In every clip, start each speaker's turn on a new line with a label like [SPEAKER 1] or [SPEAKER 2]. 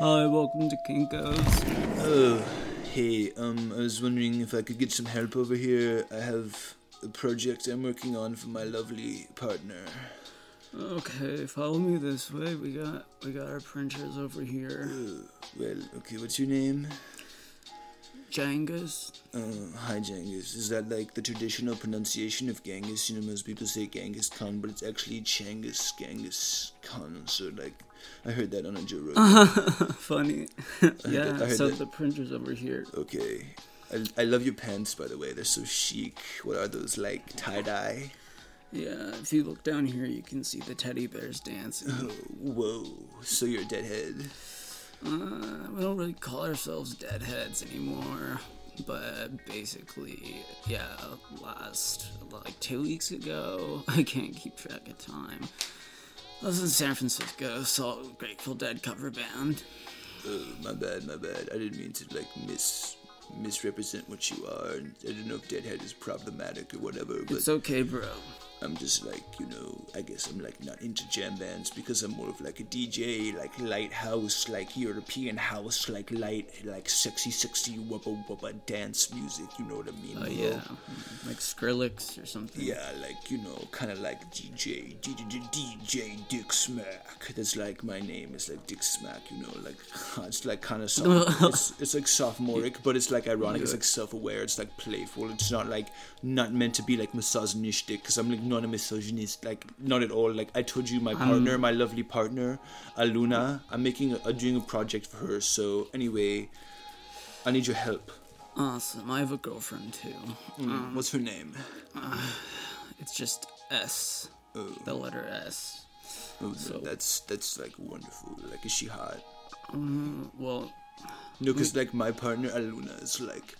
[SPEAKER 1] Hi, welcome to Kinko's.
[SPEAKER 2] Oh, hey, um, I was wondering if I could get some help over here. I have a project I'm working on for my lovely partner.
[SPEAKER 1] Okay, follow me this way. We got we got our printers over here.
[SPEAKER 2] Well, okay, what's your name?
[SPEAKER 1] Jangus.
[SPEAKER 2] Uh, hi, Genghis. Is that like the traditional pronunciation of Genghis? You know, most people say Genghis Khan, but it's actually Changus Genghis Khan. So, like, I heard that on a Joe Rogan.
[SPEAKER 1] Funny.
[SPEAKER 2] that- I
[SPEAKER 1] yeah,
[SPEAKER 2] heard
[SPEAKER 1] so
[SPEAKER 2] that.
[SPEAKER 1] the printer's over here.
[SPEAKER 2] Okay. I, I love your pants, by the way. They're so chic. What are those, like, tie dye?
[SPEAKER 1] Yeah, if you look down here, you can see the teddy bears dancing.
[SPEAKER 2] Oh, whoa. So you're a deadhead.
[SPEAKER 1] Uh, we don't really call ourselves deadheads anymore, but basically, yeah, last like two weeks ago, I can't keep track of time. I was in San Francisco, saw a Grateful Dead cover band.
[SPEAKER 2] Oh, my bad, my bad. I didn't mean to like mis misrepresent what you are. and I don't know if Deadhead is problematic or whatever, but
[SPEAKER 1] It's okay, bro.
[SPEAKER 2] I'm just like you know. I guess I'm like not into jam bands because I'm more of like a DJ, like light house, like European house, like light, like sexy, sexy wubba wubba dance music. You know what I mean?
[SPEAKER 1] Oh
[SPEAKER 2] bro?
[SPEAKER 1] yeah, like Skrillex or something.
[SPEAKER 2] Yeah, like you know, kind of like DJ, DJ, DJ Dick Smack. That's like my name is like Dick Smack, you know, like it's like kind of it's, it's like sophomoric, but it's like ironic. It's like self-aware. It's like playful. It's not like not meant to be like misogynistic because I'm like not a misogynist, like not at all. Like I told you, my partner, my lovely partner, Aluna, I'm making a, doing a project for her. So anyway, I need your help. Mm,
[SPEAKER 1] Awesome. I have a girlfriend too.
[SPEAKER 2] What's her name?
[SPEAKER 1] It's just S,
[SPEAKER 2] Oh.
[SPEAKER 1] the letter S.
[SPEAKER 2] Oh, that's that's like wonderful. Like, is she hot?
[SPEAKER 1] Well,
[SPEAKER 2] No, because like my partner Aluna is like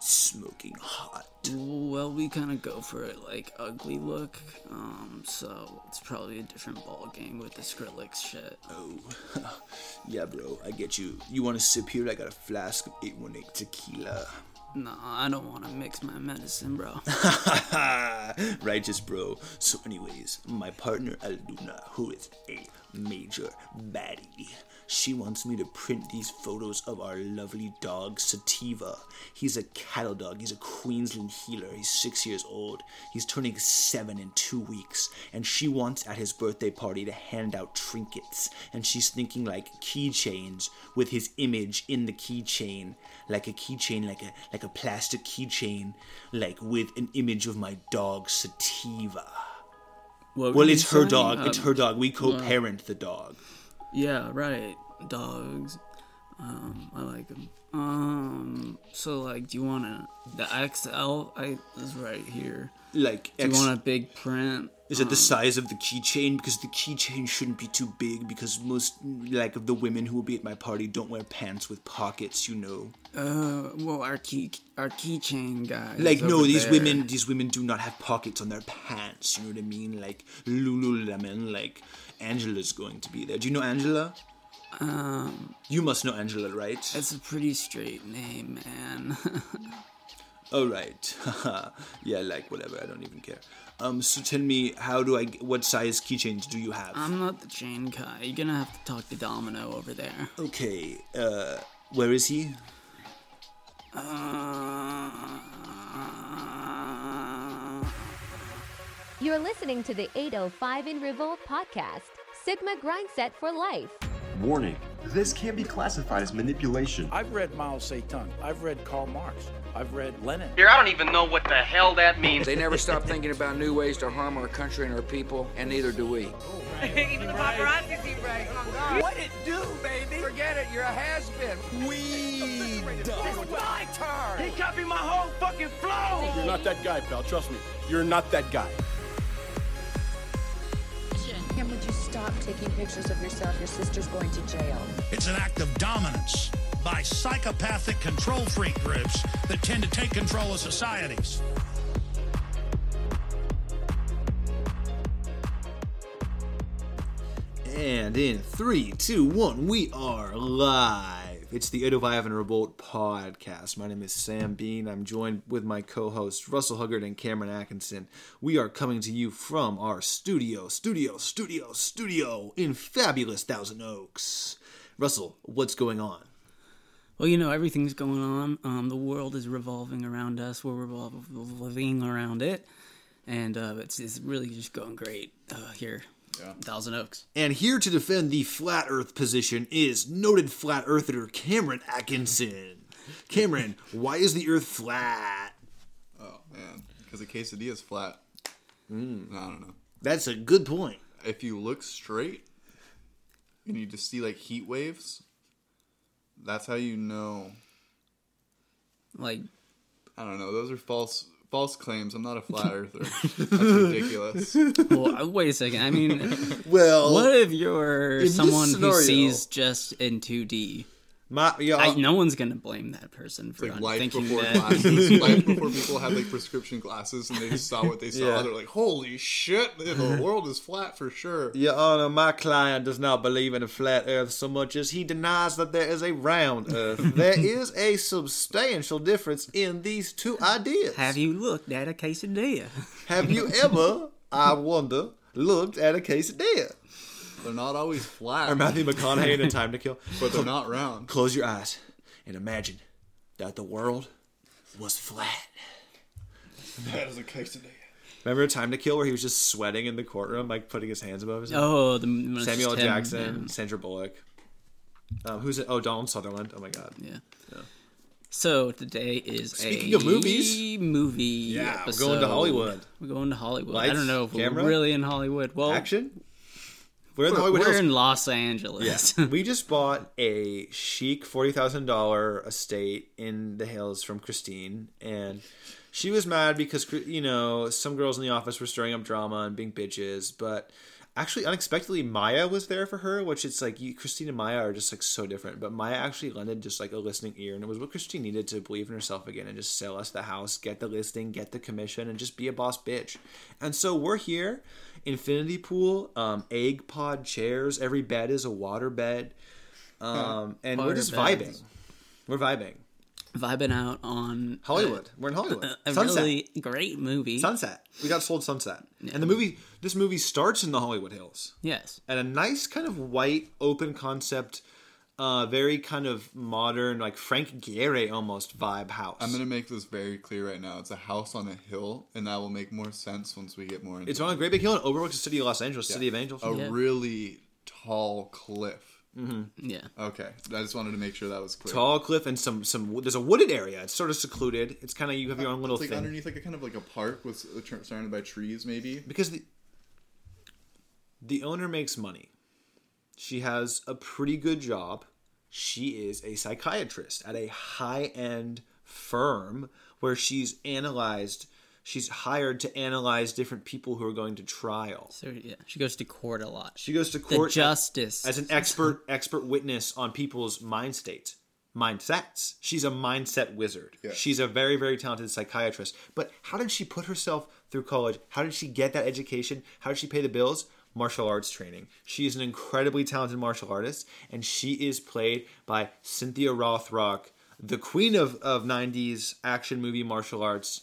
[SPEAKER 2] smoking hot.
[SPEAKER 1] Well, we kind of go for it like ugly look, um, so it's probably a different ball game with the Skrillex shit.
[SPEAKER 2] Oh, yeah, bro, I get you. You want to sip here? I got a flask of 818 tequila.
[SPEAKER 1] No, I don't want to mix my medicine, bro.
[SPEAKER 2] Righteous, bro. So, anyways, my partner Aluna, who is a major baddie, she wants me to print these photos of our lovely dog Sativa. He's a cattle dog. He's a Queensland healer. He's six years old. He's turning seven in two weeks, and she wants at his birthday party to hand out trinkets. And she's thinking like keychains with his image in the keychain, like a keychain, like a like a plastic keychain, like with an image of my dog Sativa.
[SPEAKER 1] What were
[SPEAKER 2] Well,
[SPEAKER 1] you
[SPEAKER 2] it's her
[SPEAKER 1] saying?
[SPEAKER 2] dog.
[SPEAKER 1] Um,
[SPEAKER 2] It's her dog. We co-parent the dog.
[SPEAKER 1] Yeah, right. Dogs. Um, I like them. Um, so like, do you want to the XL? I is right here.
[SPEAKER 2] Like,
[SPEAKER 1] Do you
[SPEAKER 2] ex-
[SPEAKER 1] want a big print?
[SPEAKER 2] is it the size of the keychain? Because the keychain shouldn't be too big. Because most, like, of the women who will be at my party don't wear pants with pockets. You know.
[SPEAKER 1] Uh, well, our key our keychain guy. is
[SPEAKER 2] Like no,
[SPEAKER 1] over
[SPEAKER 2] these
[SPEAKER 1] there.
[SPEAKER 2] women, these women do not have pockets on their pants. You know what I mean? Like Lululemon, like Angela's going to be there. Do you know Angela?
[SPEAKER 1] Um,
[SPEAKER 2] You must know Angela, right?
[SPEAKER 1] that's a pretty straight name, man.
[SPEAKER 2] Oh right, yeah, like whatever. I don't even care. Um, so tell me, how do I? g- What size keychains do you have?
[SPEAKER 1] I'm not the chain guy. You're gonna have to talk to Domino over there.
[SPEAKER 2] okay, uh, where is he?
[SPEAKER 1] Uh,
[SPEAKER 3] You're listening to the 805 in Revolt podcast, Sigma Grindset for Life.
[SPEAKER 4] Warning this can be classified as manipulation.
[SPEAKER 5] I've read Mao Zedong. I've read Karl Marx. I've read Lenin.
[SPEAKER 6] Here, I don't even know what the hell that means.
[SPEAKER 7] They never stop thinking about new ways to harm our country and our people, and neither do we.
[SPEAKER 8] Even the paparazzi seem right. Oh, God.
[SPEAKER 7] What it do, baby? Forget it, you're a has been. We done. my turn.
[SPEAKER 6] He copied my whole fucking flow.
[SPEAKER 4] You're not that guy, pal. Trust me. You're not that guy.
[SPEAKER 9] Kim, would you stop taking pictures of yourself? Your sister's going to jail.
[SPEAKER 10] It's an act of dominance by psychopathic control freak groups that tend to take control of societies.
[SPEAKER 2] And in three, two, one, we are live. It's the 805 and Revolt podcast. My name is Sam Bean. I'm joined with my co hosts, Russell Huggard and Cameron Atkinson. We are coming to you from our studio, studio, studio, studio in fabulous Thousand Oaks. Russell, what's going on?
[SPEAKER 1] Well, you know, everything's going on. Um, the world is revolving around us. We're revolving around it. And uh, it's, it's really just going great uh, here. Thousand Oaks.
[SPEAKER 2] And here to defend the flat earth position is noted flat earther Cameron Atkinson. Cameron, why is the earth flat?
[SPEAKER 10] Oh man, because a quesadilla is flat. I don't know.
[SPEAKER 2] That's a good point.
[SPEAKER 10] If you look straight and you just see like heat waves, that's how you know.
[SPEAKER 1] Like,
[SPEAKER 10] I don't know. Those are false false claims. I'm not a flat earther. that's ridiculous.
[SPEAKER 1] well, uh, wait a second. I mean,
[SPEAKER 2] Well,
[SPEAKER 1] what if you're
[SPEAKER 2] this
[SPEAKER 1] someone
[SPEAKER 2] scenario- Uh,
[SPEAKER 1] who sees just in 2D?
[SPEAKER 2] my, yeah,
[SPEAKER 1] I, no one's going to blame that person for
[SPEAKER 10] Like
[SPEAKER 1] not
[SPEAKER 10] life
[SPEAKER 1] thinking
[SPEAKER 10] before
[SPEAKER 1] that.
[SPEAKER 10] glasses, life before people had like prescription glasses and they just saw what they saw.
[SPEAKER 2] Yeah.
[SPEAKER 10] They're like, "Holy shit, the world is flat for sure."
[SPEAKER 2] Your Honor, my client does not believe in a flat earth so much as he denies that there is a round earth. there is a substantial difference in these two ideas.
[SPEAKER 1] Have you looked at a quesadilla?
[SPEAKER 2] Have you ever, I wonder, looked at a quesadilla?
[SPEAKER 10] They're not always flat,
[SPEAKER 2] Or Matthew McConaughey in A Time to Kill.
[SPEAKER 10] but they're not round.
[SPEAKER 2] Close your eyes and imagine that the world was flat.
[SPEAKER 10] That is a quesadilla.
[SPEAKER 2] Remember A Time to Kill where he was just sweating in the courtroom, like putting his hands above his head?
[SPEAKER 1] Oh, the when it's
[SPEAKER 2] Samuel L.
[SPEAKER 1] just him,
[SPEAKER 2] Jackson, Sandra Bullock. Um, who's it? Oh, Donald Sutherland. Oh my God.
[SPEAKER 1] Yeah. yeah. So today is
[SPEAKER 2] Speaking
[SPEAKER 1] a
[SPEAKER 2] of movies.
[SPEAKER 1] movie.
[SPEAKER 2] Yeah, we're going to
[SPEAKER 1] episode.
[SPEAKER 2] Hollywood.
[SPEAKER 1] We're going to Hollywood. I
[SPEAKER 2] Lights,
[SPEAKER 1] don't know if
[SPEAKER 2] camera,
[SPEAKER 1] we're really in Hollywood. Well,
[SPEAKER 2] Action? We're in the
[SPEAKER 1] oh. we're,
[SPEAKER 2] Hollywood
[SPEAKER 1] we're
[SPEAKER 2] Hills.
[SPEAKER 1] in Los Angeles.
[SPEAKER 2] we just bought a chic forty thousand dollar estate in the hills from Christine, and she was mad because you know some girls in the office were stirring up drama and being bitches, but. Actually, unexpectedly, Maya was there for her, which it's like you, Christine and Maya are just like so different. But Maya actually lended just like a listening ear, and it was what Christine needed to believe in herself again and just sell us the house, get the listing, get the commission, and just be a boss bitch. And so we're here infinity pool, um, egg pod chairs. Every bed is a water bed, um, and we're
[SPEAKER 1] Water
[SPEAKER 2] just
[SPEAKER 1] beds.
[SPEAKER 2] vibing. We're vibing.
[SPEAKER 1] Vibing out on
[SPEAKER 2] Hollywood. we're in Hollywood.
[SPEAKER 1] a
[SPEAKER 2] sunset.
[SPEAKER 1] really great movie.
[SPEAKER 2] sunset. We got sold sunset, and the movie. This movie starts in the Hollywood Hills,
[SPEAKER 1] yes.
[SPEAKER 2] and a nice kind of white, open concept. Uh, very kind of modern, like Frank Gehry almost vibe house.
[SPEAKER 10] I'm gonna make this very clear right now. It's a house on a hill, and that will make more sense once we get more into
[SPEAKER 2] It's on a great big hill and overlooks the city of Los Angeles, city of angels.
[SPEAKER 10] a
[SPEAKER 1] Yeah.
[SPEAKER 10] really tall cliff.
[SPEAKER 1] Yeah.
[SPEAKER 10] Okay, I just wanted to make sure that was clear.
[SPEAKER 2] Tall cliff and some some. There's a wooded area. It's sort of secluded. It's kind of you have your own little
[SPEAKER 10] It's like
[SPEAKER 2] thing
[SPEAKER 10] underneath like a kind of like a park with uh, tr- surrounded by trees, maybe.
[SPEAKER 2] because the the owner makes money. She has a pretty good job. She is a psychiatrist at a high-end firm where she's analyzed she's hired to analyze different people who are going to trial.
[SPEAKER 1] So yeah, she goes to court a lot.
[SPEAKER 2] She goes to court
[SPEAKER 1] the justice.
[SPEAKER 2] as an expert expert witness on people's mind states mindsets she's a mindset wizard
[SPEAKER 10] Yeah.
[SPEAKER 2] she's a very very talented psychiatrist but how did she put herself through college how did she get that education how did she pay the bills martial arts training she is an incredibly talented martial artist and she is played by cynthia rothrock the queen of, of 90s action movie martial arts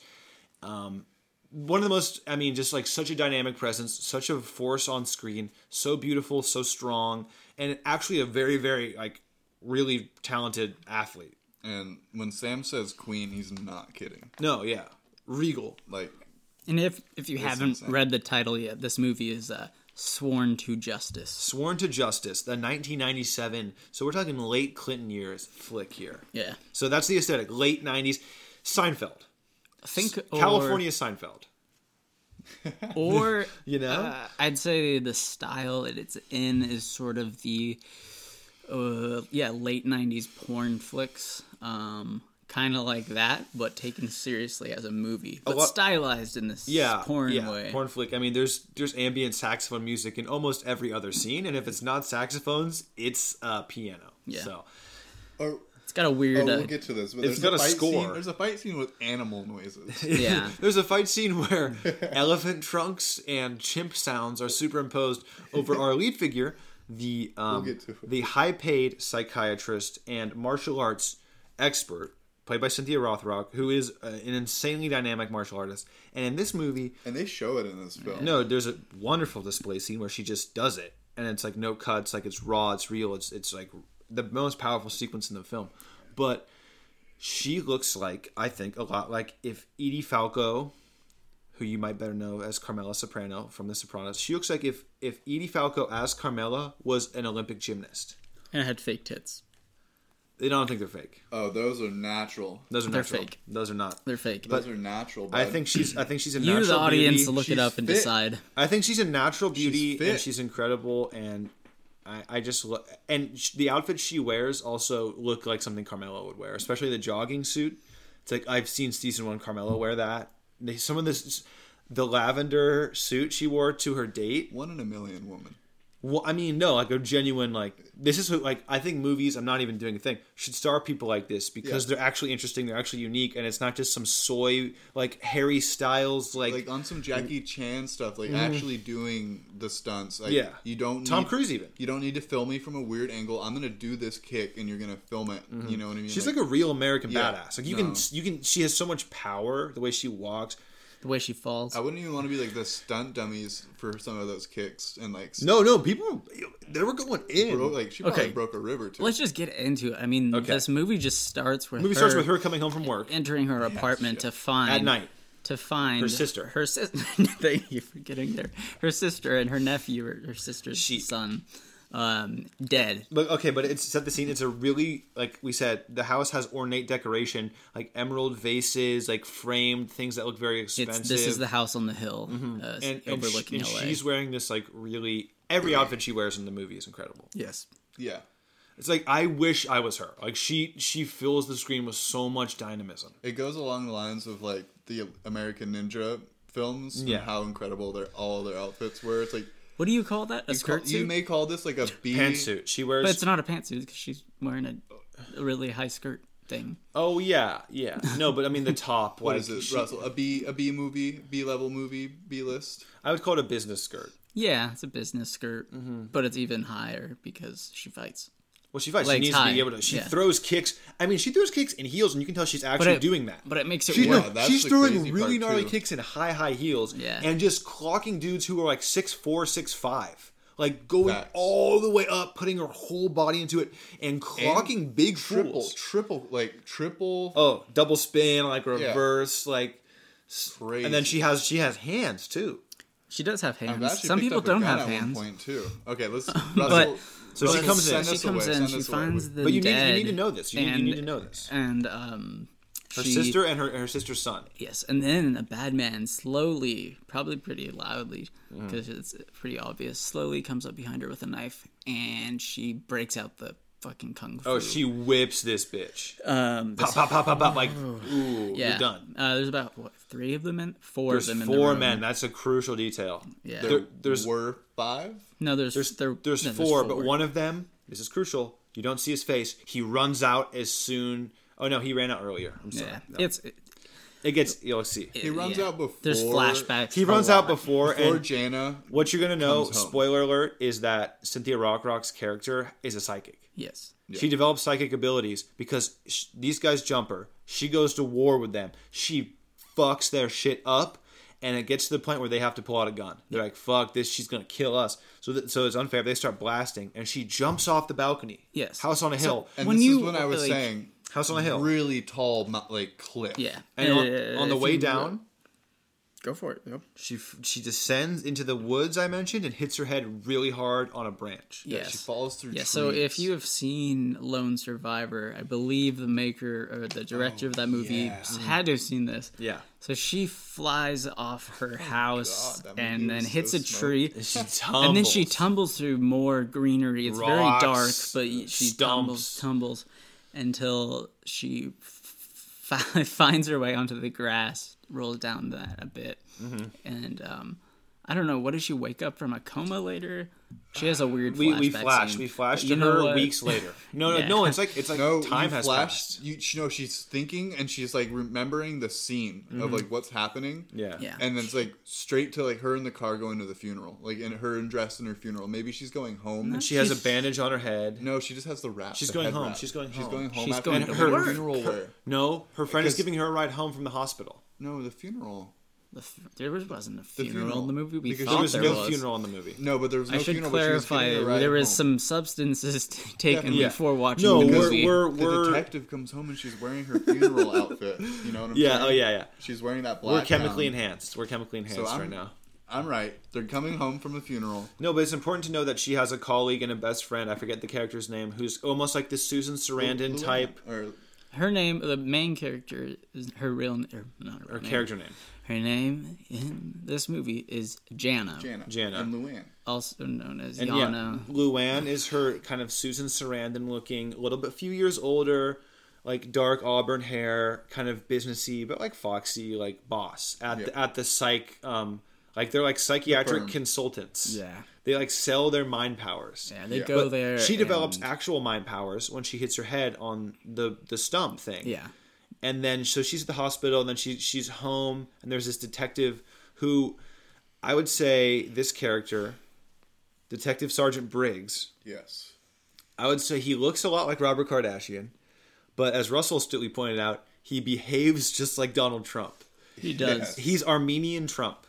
[SPEAKER 2] one of the most i mean just like such a dynamic presence such a force on screen so beautiful so strong and actually a very very like really talented athlete
[SPEAKER 10] And when Sam says queen, he's not kidding.
[SPEAKER 2] no yeah regal
[SPEAKER 10] Like
[SPEAKER 1] and if if you haven't
[SPEAKER 10] insane.
[SPEAKER 1] read the title yet, this movie is uh, Sworn to Justice.
[SPEAKER 2] sworn to justice the 1997 so we're talking late clinton years flick here
[SPEAKER 1] Yeah.
[SPEAKER 2] so that's the aesthetic late 90s seinfeld
[SPEAKER 1] I think or-
[SPEAKER 2] california seinfeld
[SPEAKER 1] or
[SPEAKER 2] you know
[SPEAKER 1] Uh, I'd say the style that it's in is sort of the uh, yeah late '90s porn flicks, um, kind of like that, but taken seriously as a movie, but
[SPEAKER 2] lot-
[SPEAKER 1] stylized in this
[SPEAKER 2] yeah,
[SPEAKER 1] porn
[SPEAKER 2] yeah,
[SPEAKER 1] way.
[SPEAKER 2] porn flick. I mean, there's there's ambient saxophone music in almost every other scene, and if it's not saxophones, it's uh, piano.
[SPEAKER 1] Yeah.
[SPEAKER 2] So
[SPEAKER 10] or.
[SPEAKER 1] It's got a
[SPEAKER 10] Oh,
[SPEAKER 1] weird, uh,
[SPEAKER 10] we'll get to this. But
[SPEAKER 2] It's
[SPEAKER 10] there's
[SPEAKER 2] got a
[SPEAKER 10] fight
[SPEAKER 2] score.
[SPEAKER 10] Scene, there's a fight scene with animal noises.
[SPEAKER 1] yeah,
[SPEAKER 2] There's a fight scene where elephant trunks and chimp sounds are superimposed over our lead figure, the um,
[SPEAKER 10] get to it.
[SPEAKER 2] the high-paid psychiatrist and martial arts expert, played by Cynthia Rothrock, who is uh, an insanely dynamic martial artist. And in this movie,
[SPEAKER 10] and they show it in this film.
[SPEAKER 2] no, there's a wonderful display scene where she just does it, and it's like no cuts, like it's raw, it's real, it's it's like the most powerful sequence in the film. But she looks like I think a lot like if Edie Falco, who you might better know as Carmela Soprano from The Sopranos, she looks like if if Edie Falco as Carmela was an Olympic gymnast.
[SPEAKER 1] And had fake tits.
[SPEAKER 2] They don't think they're fake.
[SPEAKER 4] Oh, those are natural.
[SPEAKER 2] Those are
[SPEAKER 1] They're
[SPEAKER 2] natural.
[SPEAKER 1] fake.
[SPEAKER 2] Those are not.
[SPEAKER 1] They're fake.
[SPEAKER 4] Those are natural.
[SPEAKER 2] I
[SPEAKER 4] bud.
[SPEAKER 2] think she's. I think she's a natural.
[SPEAKER 1] you, the audience,
[SPEAKER 2] beauty.
[SPEAKER 1] look
[SPEAKER 4] She's
[SPEAKER 1] it up and
[SPEAKER 4] fit.
[SPEAKER 1] decide.
[SPEAKER 2] I think she's a natural beauty
[SPEAKER 4] fit.
[SPEAKER 2] and she's incredible and I, I just look and sh- the outfit she wears also look like something Carmelo would wear, especially the jogging suit. It's like I've seen season one Carmelo wear that. They, some of this, the lavender suit she wore to her date.
[SPEAKER 4] one in a million woman.
[SPEAKER 2] Well, I mean, no, like a genuine like this is who, like I think movies. I'm not even doing a thing. Should star people like this because they're actually interesting. They're actually unique, and it's not just some soy like Harry Styles
[SPEAKER 4] Like on some Jackie Chan stuff, like actually doing the stunts. Like,
[SPEAKER 2] Mm-hmm. Yeah.
[SPEAKER 4] you don't.
[SPEAKER 2] Tom
[SPEAKER 4] need-
[SPEAKER 2] Cruise even.
[SPEAKER 4] You don't need to film me from a weird angle. I'm gonna do this kick, and you're gonna film it. You know what I mean?
[SPEAKER 2] Mm-hmm. She's like, a real American
[SPEAKER 4] Yeah,
[SPEAKER 2] badass. Like you
[SPEAKER 4] no.
[SPEAKER 2] can, you can. She has so much power. The way she walks.
[SPEAKER 1] The way she falls.
[SPEAKER 4] I wouldn't even want to be like the stunt dummies for some of those kicks and like
[SPEAKER 2] No, no, people. They were going in.
[SPEAKER 4] bro- like she probably
[SPEAKER 1] Okay.
[SPEAKER 4] broke a river too.
[SPEAKER 1] Let's just get into it. I mean,
[SPEAKER 2] Okay.
[SPEAKER 1] this movie just starts with
[SPEAKER 2] movie
[SPEAKER 1] her
[SPEAKER 2] starts with her coming home from work
[SPEAKER 1] entering her apartment to find
[SPEAKER 2] at night.
[SPEAKER 1] to find
[SPEAKER 2] Her sister.
[SPEAKER 1] Her sister. Thank you for getting there. Her sister and her nephew, or her sister's
[SPEAKER 2] She-
[SPEAKER 1] son, um, dead.
[SPEAKER 2] But okay, but it's set the scene. It's a really like we said. The house has ornate decoration, like emerald vases, like framed things that look very expensive. Mm-hmm.
[SPEAKER 1] It's this is the house on the hill, uh,
[SPEAKER 2] and, and, she-
[SPEAKER 1] overlooking
[SPEAKER 2] and
[SPEAKER 1] LA.
[SPEAKER 2] she's wearing this like really. Every outfit she wears in the movie is incredible.
[SPEAKER 1] yes,
[SPEAKER 4] yeah,
[SPEAKER 2] It's like I wish I was her. Like she she fills the screen with so much dynamism.
[SPEAKER 4] it goes along the lines of like the American Ninja films. and
[SPEAKER 2] Yeah.
[SPEAKER 4] how incredible their all their outfits were. It's like
[SPEAKER 1] What do you call that? A
[SPEAKER 4] you,
[SPEAKER 1] skirt
[SPEAKER 4] call-
[SPEAKER 1] suit?
[SPEAKER 4] you may call this like a B
[SPEAKER 2] Pantsuit. She wears
[SPEAKER 1] but it's not a pantsuit because she's wearing a, a really high skirt thing.
[SPEAKER 2] Oh yeah, yeah. No, but I mean the top.
[SPEAKER 4] What
[SPEAKER 2] like,
[SPEAKER 4] is it,
[SPEAKER 2] she-
[SPEAKER 4] Russell? A B, a B movie, B level movie, B list.
[SPEAKER 2] I would call it a business skirt.
[SPEAKER 1] Yeah, it's a business skirt,
[SPEAKER 2] Mm-hmm.
[SPEAKER 1] but it's even higher because she fights.
[SPEAKER 2] Well, she fights. She
[SPEAKER 1] Legs
[SPEAKER 2] needs to
[SPEAKER 1] high,
[SPEAKER 2] be able to. She
[SPEAKER 1] yeah.
[SPEAKER 2] throws kicks. I mean, she throws kicks in heels, and you can tell she's actually
[SPEAKER 1] it-
[SPEAKER 2] doing that.
[SPEAKER 1] But it makes it
[SPEAKER 2] She's,
[SPEAKER 1] work.
[SPEAKER 4] Yeah, that's
[SPEAKER 2] she's
[SPEAKER 4] the
[SPEAKER 2] throwing
[SPEAKER 4] crazy
[SPEAKER 2] really
[SPEAKER 4] part,
[SPEAKER 2] gnarly
[SPEAKER 4] too.
[SPEAKER 2] kicks in high, high heels,
[SPEAKER 1] Yeah.
[SPEAKER 2] and just clocking dudes who are like six four, six five, like going
[SPEAKER 4] Facts.
[SPEAKER 2] all the way up, putting her whole body into it, and clocking
[SPEAKER 4] And
[SPEAKER 2] big
[SPEAKER 4] triple,
[SPEAKER 2] fools.
[SPEAKER 4] triple, like triple.
[SPEAKER 2] Oh, double spin, like reverse, like,
[SPEAKER 4] crazy.
[SPEAKER 2] and then she has she has hands too.
[SPEAKER 1] She does have
[SPEAKER 4] I've
[SPEAKER 1] hands.
[SPEAKER 4] actually
[SPEAKER 1] Some
[SPEAKER 4] picked
[SPEAKER 1] people
[SPEAKER 4] up a
[SPEAKER 1] don't
[SPEAKER 4] gun
[SPEAKER 1] have
[SPEAKER 4] at
[SPEAKER 1] hands.
[SPEAKER 4] One point too. Okay, let's. Russell,
[SPEAKER 2] So she
[SPEAKER 4] Russell,
[SPEAKER 2] comes in.
[SPEAKER 4] send
[SPEAKER 1] She
[SPEAKER 4] us away,
[SPEAKER 1] comes in.
[SPEAKER 4] send
[SPEAKER 1] She
[SPEAKER 4] us away.
[SPEAKER 1] finds them
[SPEAKER 2] But you need,
[SPEAKER 1] dead.
[SPEAKER 2] you need to know this. You, need, you
[SPEAKER 1] and-
[SPEAKER 2] need to know this.
[SPEAKER 1] And um,
[SPEAKER 2] Her
[SPEAKER 1] she-
[SPEAKER 2] sister and her her sister's son.
[SPEAKER 1] Yes, and then a bad man slowly, probably pretty loudly,
[SPEAKER 4] Mm.
[SPEAKER 1] because it's pretty obvious, slowly comes up behind her with a knife, and she breaks out the fucking kung fu.
[SPEAKER 2] Oh, she whips this bitch. Um, pop, pop, pop, pop, pop. Like, ooh,
[SPEAKER 1] Oh. yeah.
[SPEAKER 2] you're done.
[SPEAKER 1] Uh, there's about what three of them in, four
[SPEAKER 2] There's
[SPEAKER 1] of them in the
[SPEAKER 2] four
[SPEAKER 1] room.
[SPEAKER 2] men. That's a crucial detail.
[SPEAKER 1] Yeah.
[SPEAKER 2] There, there's
[SPEAKER 4] were five.
[SPEAKER 1] no, there's
[SPEAKER 2] there's
[SPEAKER 1] there-
[SPEAKER 2] there's,
[SPEAKER 1] no,
[SPEAKER 2] four, but one of them. This is crucial. You don't see his face. He runs out as soon. Oh no, he ran out earlier. I'm sorry.
[SPEAKER 1] Yeah,
[SPEAKER 2] No.
[SPEAKER 1] it's
[SPEAKER 2] it gets. You'll see.
[SPEAKER 4] He runs
[SPEAKER 1] yeah.
[SPEAKER 4] out before.
[SPEAKER 1] there's flashbacks.
[SPEAKER 2] He
[SPEAKER 1] a
[SPEAKER 2] runs
[SPEAKER 1] lot.
[SPEAKER 2] out before,
[SPEAKER 4] Before
[SPEAKER 2] and
[SPEAKER 4] Jana.
[SPEAKER 2] what you're gonna know.
[SPEAKER 4] comes home.
[SPEAKER 2] Spoiler alert: is that Cynthia Rockrock's character is a psychic.
[SPEAKER 1] Yes,
[SPEAKER 2] She develops psychic abilities because sh- these guys jump her. She goes to war with them. She fucks their shit up, and it gets to the point where they have to pull out a gun. They're like, "Fuck this! She's gonna kill us." So, th- so it's unfair. They start blasting, and she jumps off the balcony.
[SPEAKER 1] Yes.
[SPEAKER 2] house on a hill.
[SPEAKER 4] And
[SPEAKER 1] When
[SPEAKER 4] this
[SPEAKER 1] you-
[SPEAKER 4] is when I was
[SPEAKER 1] like-
[SPEAKER 4] saying
[SPEAKER 2] house on a hill.
[SPEAKER 4] really tall, mo- like cliff.
[SPEAKER 1] yeah.
[SPEAKER 2] and on,
[SPEAKER 1] Uh,
[SPEAKER 2] on the
[SPEAKER 1] if
[SPEAKER 2] way
[SPEAKER 1] you-
[SPEAKER 2] down,
[SPEAKER 1] go for it. Yep.
[SPEAKER 2] she f- she descends into the woods I mentioned and hits her head really hard on a branch.
[SPEAKER 1] Yes.
[SPEAKER 4] She falls through.
[SPEAKER 1] Yeah, so if
[SPEAKER 4] trees.
[SPEAKER 1] you have seen Lone Survivor, I believe the maker or
[SPEAKER 4] Oh,
[SPEAKER 1] the director of that movie had to have seen this.
[SPEAKER 2] Yeah.
[SPEAKER 1] So she flies off her house
[SPEAKER 4] Oh God, that
[SPEAKER 1] and
[SPEAKER 4] movie
[SPEAKER 1] then
[SPEAKER 4] was
[SPEAKER 1] hits
[SPEAKER 4] so
[SPEAKER 1] a
[SPEAKER 4] smoked.
[SPEAKER 1] tree.
[SPEAKER 2] She tumbles.
[SPEAKER 1] And then she tumbles through more greenery. It's
[SPEAKER 2] Rocks,
[SPEAKER 1] very dark, but she
[SPEAKER 2] stumps.
[SPEAKER 1] tumbles, tumbles until she f- f- finds her way onto the grass, rolls down that a bit,
[SPEAKER 4] Mm-hmm.
[SPEAKER 1] and um, I don't know. What does she wake up from a coma later? She has a weird.
[SPEAKER 2] We, we
[SPEAKER 1] flashback
[SPEAKER 2] flash
[SPEAKER 1] scene.
[SPEAKER 2] we flash
[SPEAKER 1] But
[SPEAKER 2] to
[SPEAKER 1] you know
[SPEAKER 2] her
[SPEAKER 1] what?
[SPEAKER 2] weeks later. No no
[SPEAKER 1] Yeah.
[SPEAKER 2] no it's like it's like
[SPEAKER 4] no
[SPEAKER 2] time
[SPEAKER 4] you
[SPEAKER 2] has
[SPEAKER 4] flashed,
[SPEAKER 2] passed.
[SPEAKER 4] You you know she's thinking and she's like remembering the scene of like what's happening.
[SPEAKER 2] Mm-hmm. Yeah.
[SPEAKER 1] Yeah.
[SPEAKER 4] And then it's like straight to like her in the car going to the funeral, like in her in dress in her funeral. Maybe she's going home.
[SPEAKER 1] No.
[SPEAKER 2] She has a bandage on her head.
[SPEAKER 4] No, she just has the wrap.
[SPEAKER 2] She's
[SPEAKER 4] the
[SPEAKER 2] going
[SPEAKER 4] head
[SPEAKER 2] home.
[SPEAKER 4] wrap.
[SPEAKER 2] She's going
[SPEAKER 4] She's
[SPEAKER 2] home.
[SPEAKER 4] going home.
[SPEAKER 1] She's
[SPEAKER 4] after
[SPEAKER 1] going
[SPEAKER 4] the
[SPEAKER 1] to work.
[SPEAKER 4] funeral wear.
[SPEAKER 2] No, her friend is
[SPEAKER 4] Because-
[SPEAKER 2] giving her a ride home from the hospital.
[SPEAKER 4] No, the funeral.
[SPEAKER 1] The f- there was, wasn't a funeral,
[SPEAKER 4] funeral.
[SPEAKER 1] in the movie. We
[SPEAKER 4] Because
[SPEAKER 1] thought
[SPEAKER 4] there was
[SPEAKER 1] there
[SPEAKER 4] no
[SPEAKER 1] was.
[SPEAKER 4] funeral in the movie. No, but there was
[SPEAKER 1] I
[SPEAKER 4] no
[SPEAKER 1] should
[SPEAKER 4] funeral, but she was
[SPEAKER 1] clarify.
[SPEAKER 4] getting a ride
[SPEAKER 1] there was
[SPEAKER 4] home.
[SPEAKER 1] some substances taken
[SPEAKER 4] Yeah.
[SPEAKER 1] before watching
[SPEAKER 4] No,
[SPEAKER 1] the
[SPEAKER 4] we're-
[SPEAKER 1] movie.
[SPEAKER 4] we're- the detective comes home and she's wearing her funeral outfit. You know what I'm
[SPEAKER 2] Yeah,
[SPEAKER 4] saying?
[SPEAKER 2] oh, yeah, yeah.
[SPEAKER 4] She's wearing that black.
[SPEAKER 1] um,
[SPEAKER 2] We're chemically
[SPEAKER 4] gown.
[SPEAKER 2] enhanced. We're chemically
[SPEAKER 4] So
[SPEAKER 2] enhanced
[SPEAKER 4] I'm-
[SPEAKER 2] right now.
[SPEAKER 4] I'm right. They're coming home from the funeral.
[SPEAKER 2] No, but it's important to know that she has a colleague and a best friend. I forget the character's name, who's almost like the Susan Sarandon
[SPEAKER 4] Llewellyn
[SPEAKER 2] type.
[SPEAKER 4] Or
[SPEAKER 1] Her name, the main character, is her real n- or not her, real
[SPEAKER 2] Her character name.
[SPEAKER 1] Her name in this movie is Jana,
[SPEAKER 4] Jana.
[SPEAKER 2] Jana.
[SPEAKER 4] And Luann.
[SPEAKER 1] also known as
[SPEAKER 2] And
[SPEAKER 1] Yana.
[SPEAKER 2] yeah, Luann is her kind of Susan Sarandon looking, a little bit few years older, like dark auburn hair, kind of businessy, but like foxy, like boss at the,
[SPEAKER 4] Yeah.
[SPEAKER 2] at the psych. Um, like they're like psychiatric
[SPEAKER 4] firm.
[SPEAKER 2] consultants.
[SPEAKER 1] Yeah.
[SPEAKER 2] they like sell their mind powers.
[SPEAKER 1] Yeah, they
[SPEAKER 4] Yeah.
[SPEAKER 1] go
[SPEAKER 2] But
[SPEAKER 1] there.
[SPEAKER 2] She develops
[SPEAKER 1] and-
[SPEAKER 2] actual mind powers when she hits her head on the the stump thing.
[SPEAKER 1] Yeah.
[SPEAKER 2] and then so she's at the hospital and then she she's home and there's this detective who i would say this character detective sergeant briggs
[SPEAKER 4] Yes.
[SPEAKER 2] i would say he looks a lot like robert kardashian but as russell astutely pointed out he behaves just like donald trump
[SPEAKER 1] He does.
[SPEAKER 2] he's armenian trump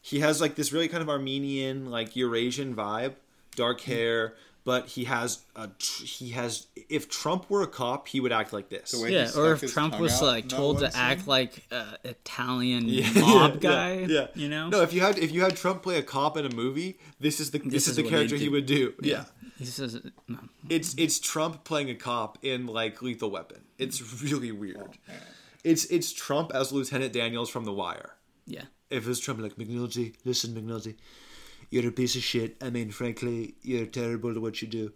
[SPEAKER 2] he has like this really kind of armenian like eurasian vibe dark hair but he has a tr- he has if trump were a cop he would act like this
[SPEAKER 4] The way he
[SPEAKER 1] Yeah,
[SPEAKER 4] stuck
[SPEAKER 1] or if
[SPEAKER 4] his
[SPEAKER 1] Trump
[SPEAKER 4] tongue
[SPEAKER 1] was
[SPEAKER 4] out
[SPEAKER 1] like
[SPEAKER 4] in that
[SPEAKER 1] told
[SPEAKER 4] one
[SPEAKER 1] to
[SPEAKER 4] scene.
[SPEAKER 1] act like uh, Italian mob guy,
[SPEAKER 2] Yeah, yeah.
[SPEAKER 1] you know,
[SPEAKER 2] No, if you had if you had Trump play a cop in a movie, this is the this,
[SPEAKER 1] This
[SPEAKER 2] is,
[SPEAKER 1] is
[SPEAKER 2] the
[SPEAKER 1] what
[SPEAKER 2] character
[SPEAKER 1] he'd
[SPEAKER 2] he
[SPEAKER 1] do.
[SPEAKER 2] would do. Yeah.
[SPEAKER 1] he says no.
[SPEAKER 2] It's it's Trump playing a cop in like Lethal Weapon. It's really weird. It's it's Trump as Lieutenant Daniels from The Wire.
[SPEAKER 1] Yeah,
[SPEAKER 2] If it's Trump like McNulty, listen McNulty, you're a piece of shit. I mean, frankly, you're terrible at what you do,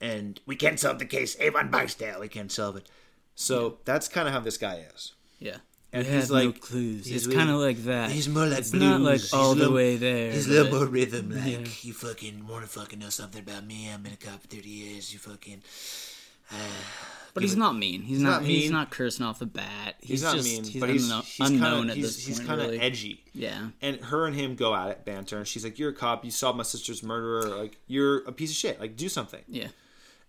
[SPEAKER 2] and we can't solve the case. Avon Barksdale, we can't solve it. So that's kind of how this guy is.
[SPEAKER 1] yeah.
[SPEAKER 2] And
[SPEAKER 1] we
[SPEAKER 2] he's
[SPEAKER 1] have no
[SPEAKER 2] like-
[SPEAKER 1] clues.
[SPEAKER 2] he's
[SPEAKER 1] It's kind of
[SPEAKER 2] really-
[SPEAKER 1] like that.
[SPEAKER 2] He's more like
[SPEAKER 1] it's
[SPEAKER 2] blues.
[SPEAKER 1] not like
[SPEAKER 2] He's
[SPEAKER 1] all
[SPEAKER 2] a
[SPEAKER 1] the
[SPEAKER 2] little-
[SPEAKER 1] way there.
[SPEAKER 2] He's a little
[SPEAKER 1] but-
[SPEAKER 2] more rhythm. Like
[SPEAKER 1] yeah.
[SPEAKER 2] you fucking want to fucking know something about me. I've been a cop for thirty years. You fucking.
[SPEAKER 1] But he's not mean. He's, not.
[SPEAKER 2] not
[SPEAKER 1] He's
[SPEAKER 2] mean.
[SPEAKER 1] not cursing off the bat. He's,
[SPEAKER 2] He's, not
[SPEAKER 1] just,
[SPEAKER 2] mean,
[SPEAKER 1] he's
[SPEAKER 2] but
[SPEAKER 1] unkno-
[SPEAKER 2] he's,
[SPEAKER 1] unknown,
[SPEAKER 2] he's kind
[SPEAKER 1] at
[SPEAKER 2] of
[SPEAKER 1] this
[SPEAKER 2] he's, he's
[SPEAKER 1] point.
[SPEAKER 2] kind of
[SPEAKER 1] really.
[SPEAKER 2] edgy.
[SPEAKER 1] Yeah.
[SPEAKER 2] And her and him go at it, banter, and she's like, "You're a cop. You solved my sister's murderer. Like you're a piece of shit. Like do something."
[SPEAKER 1] Yeah.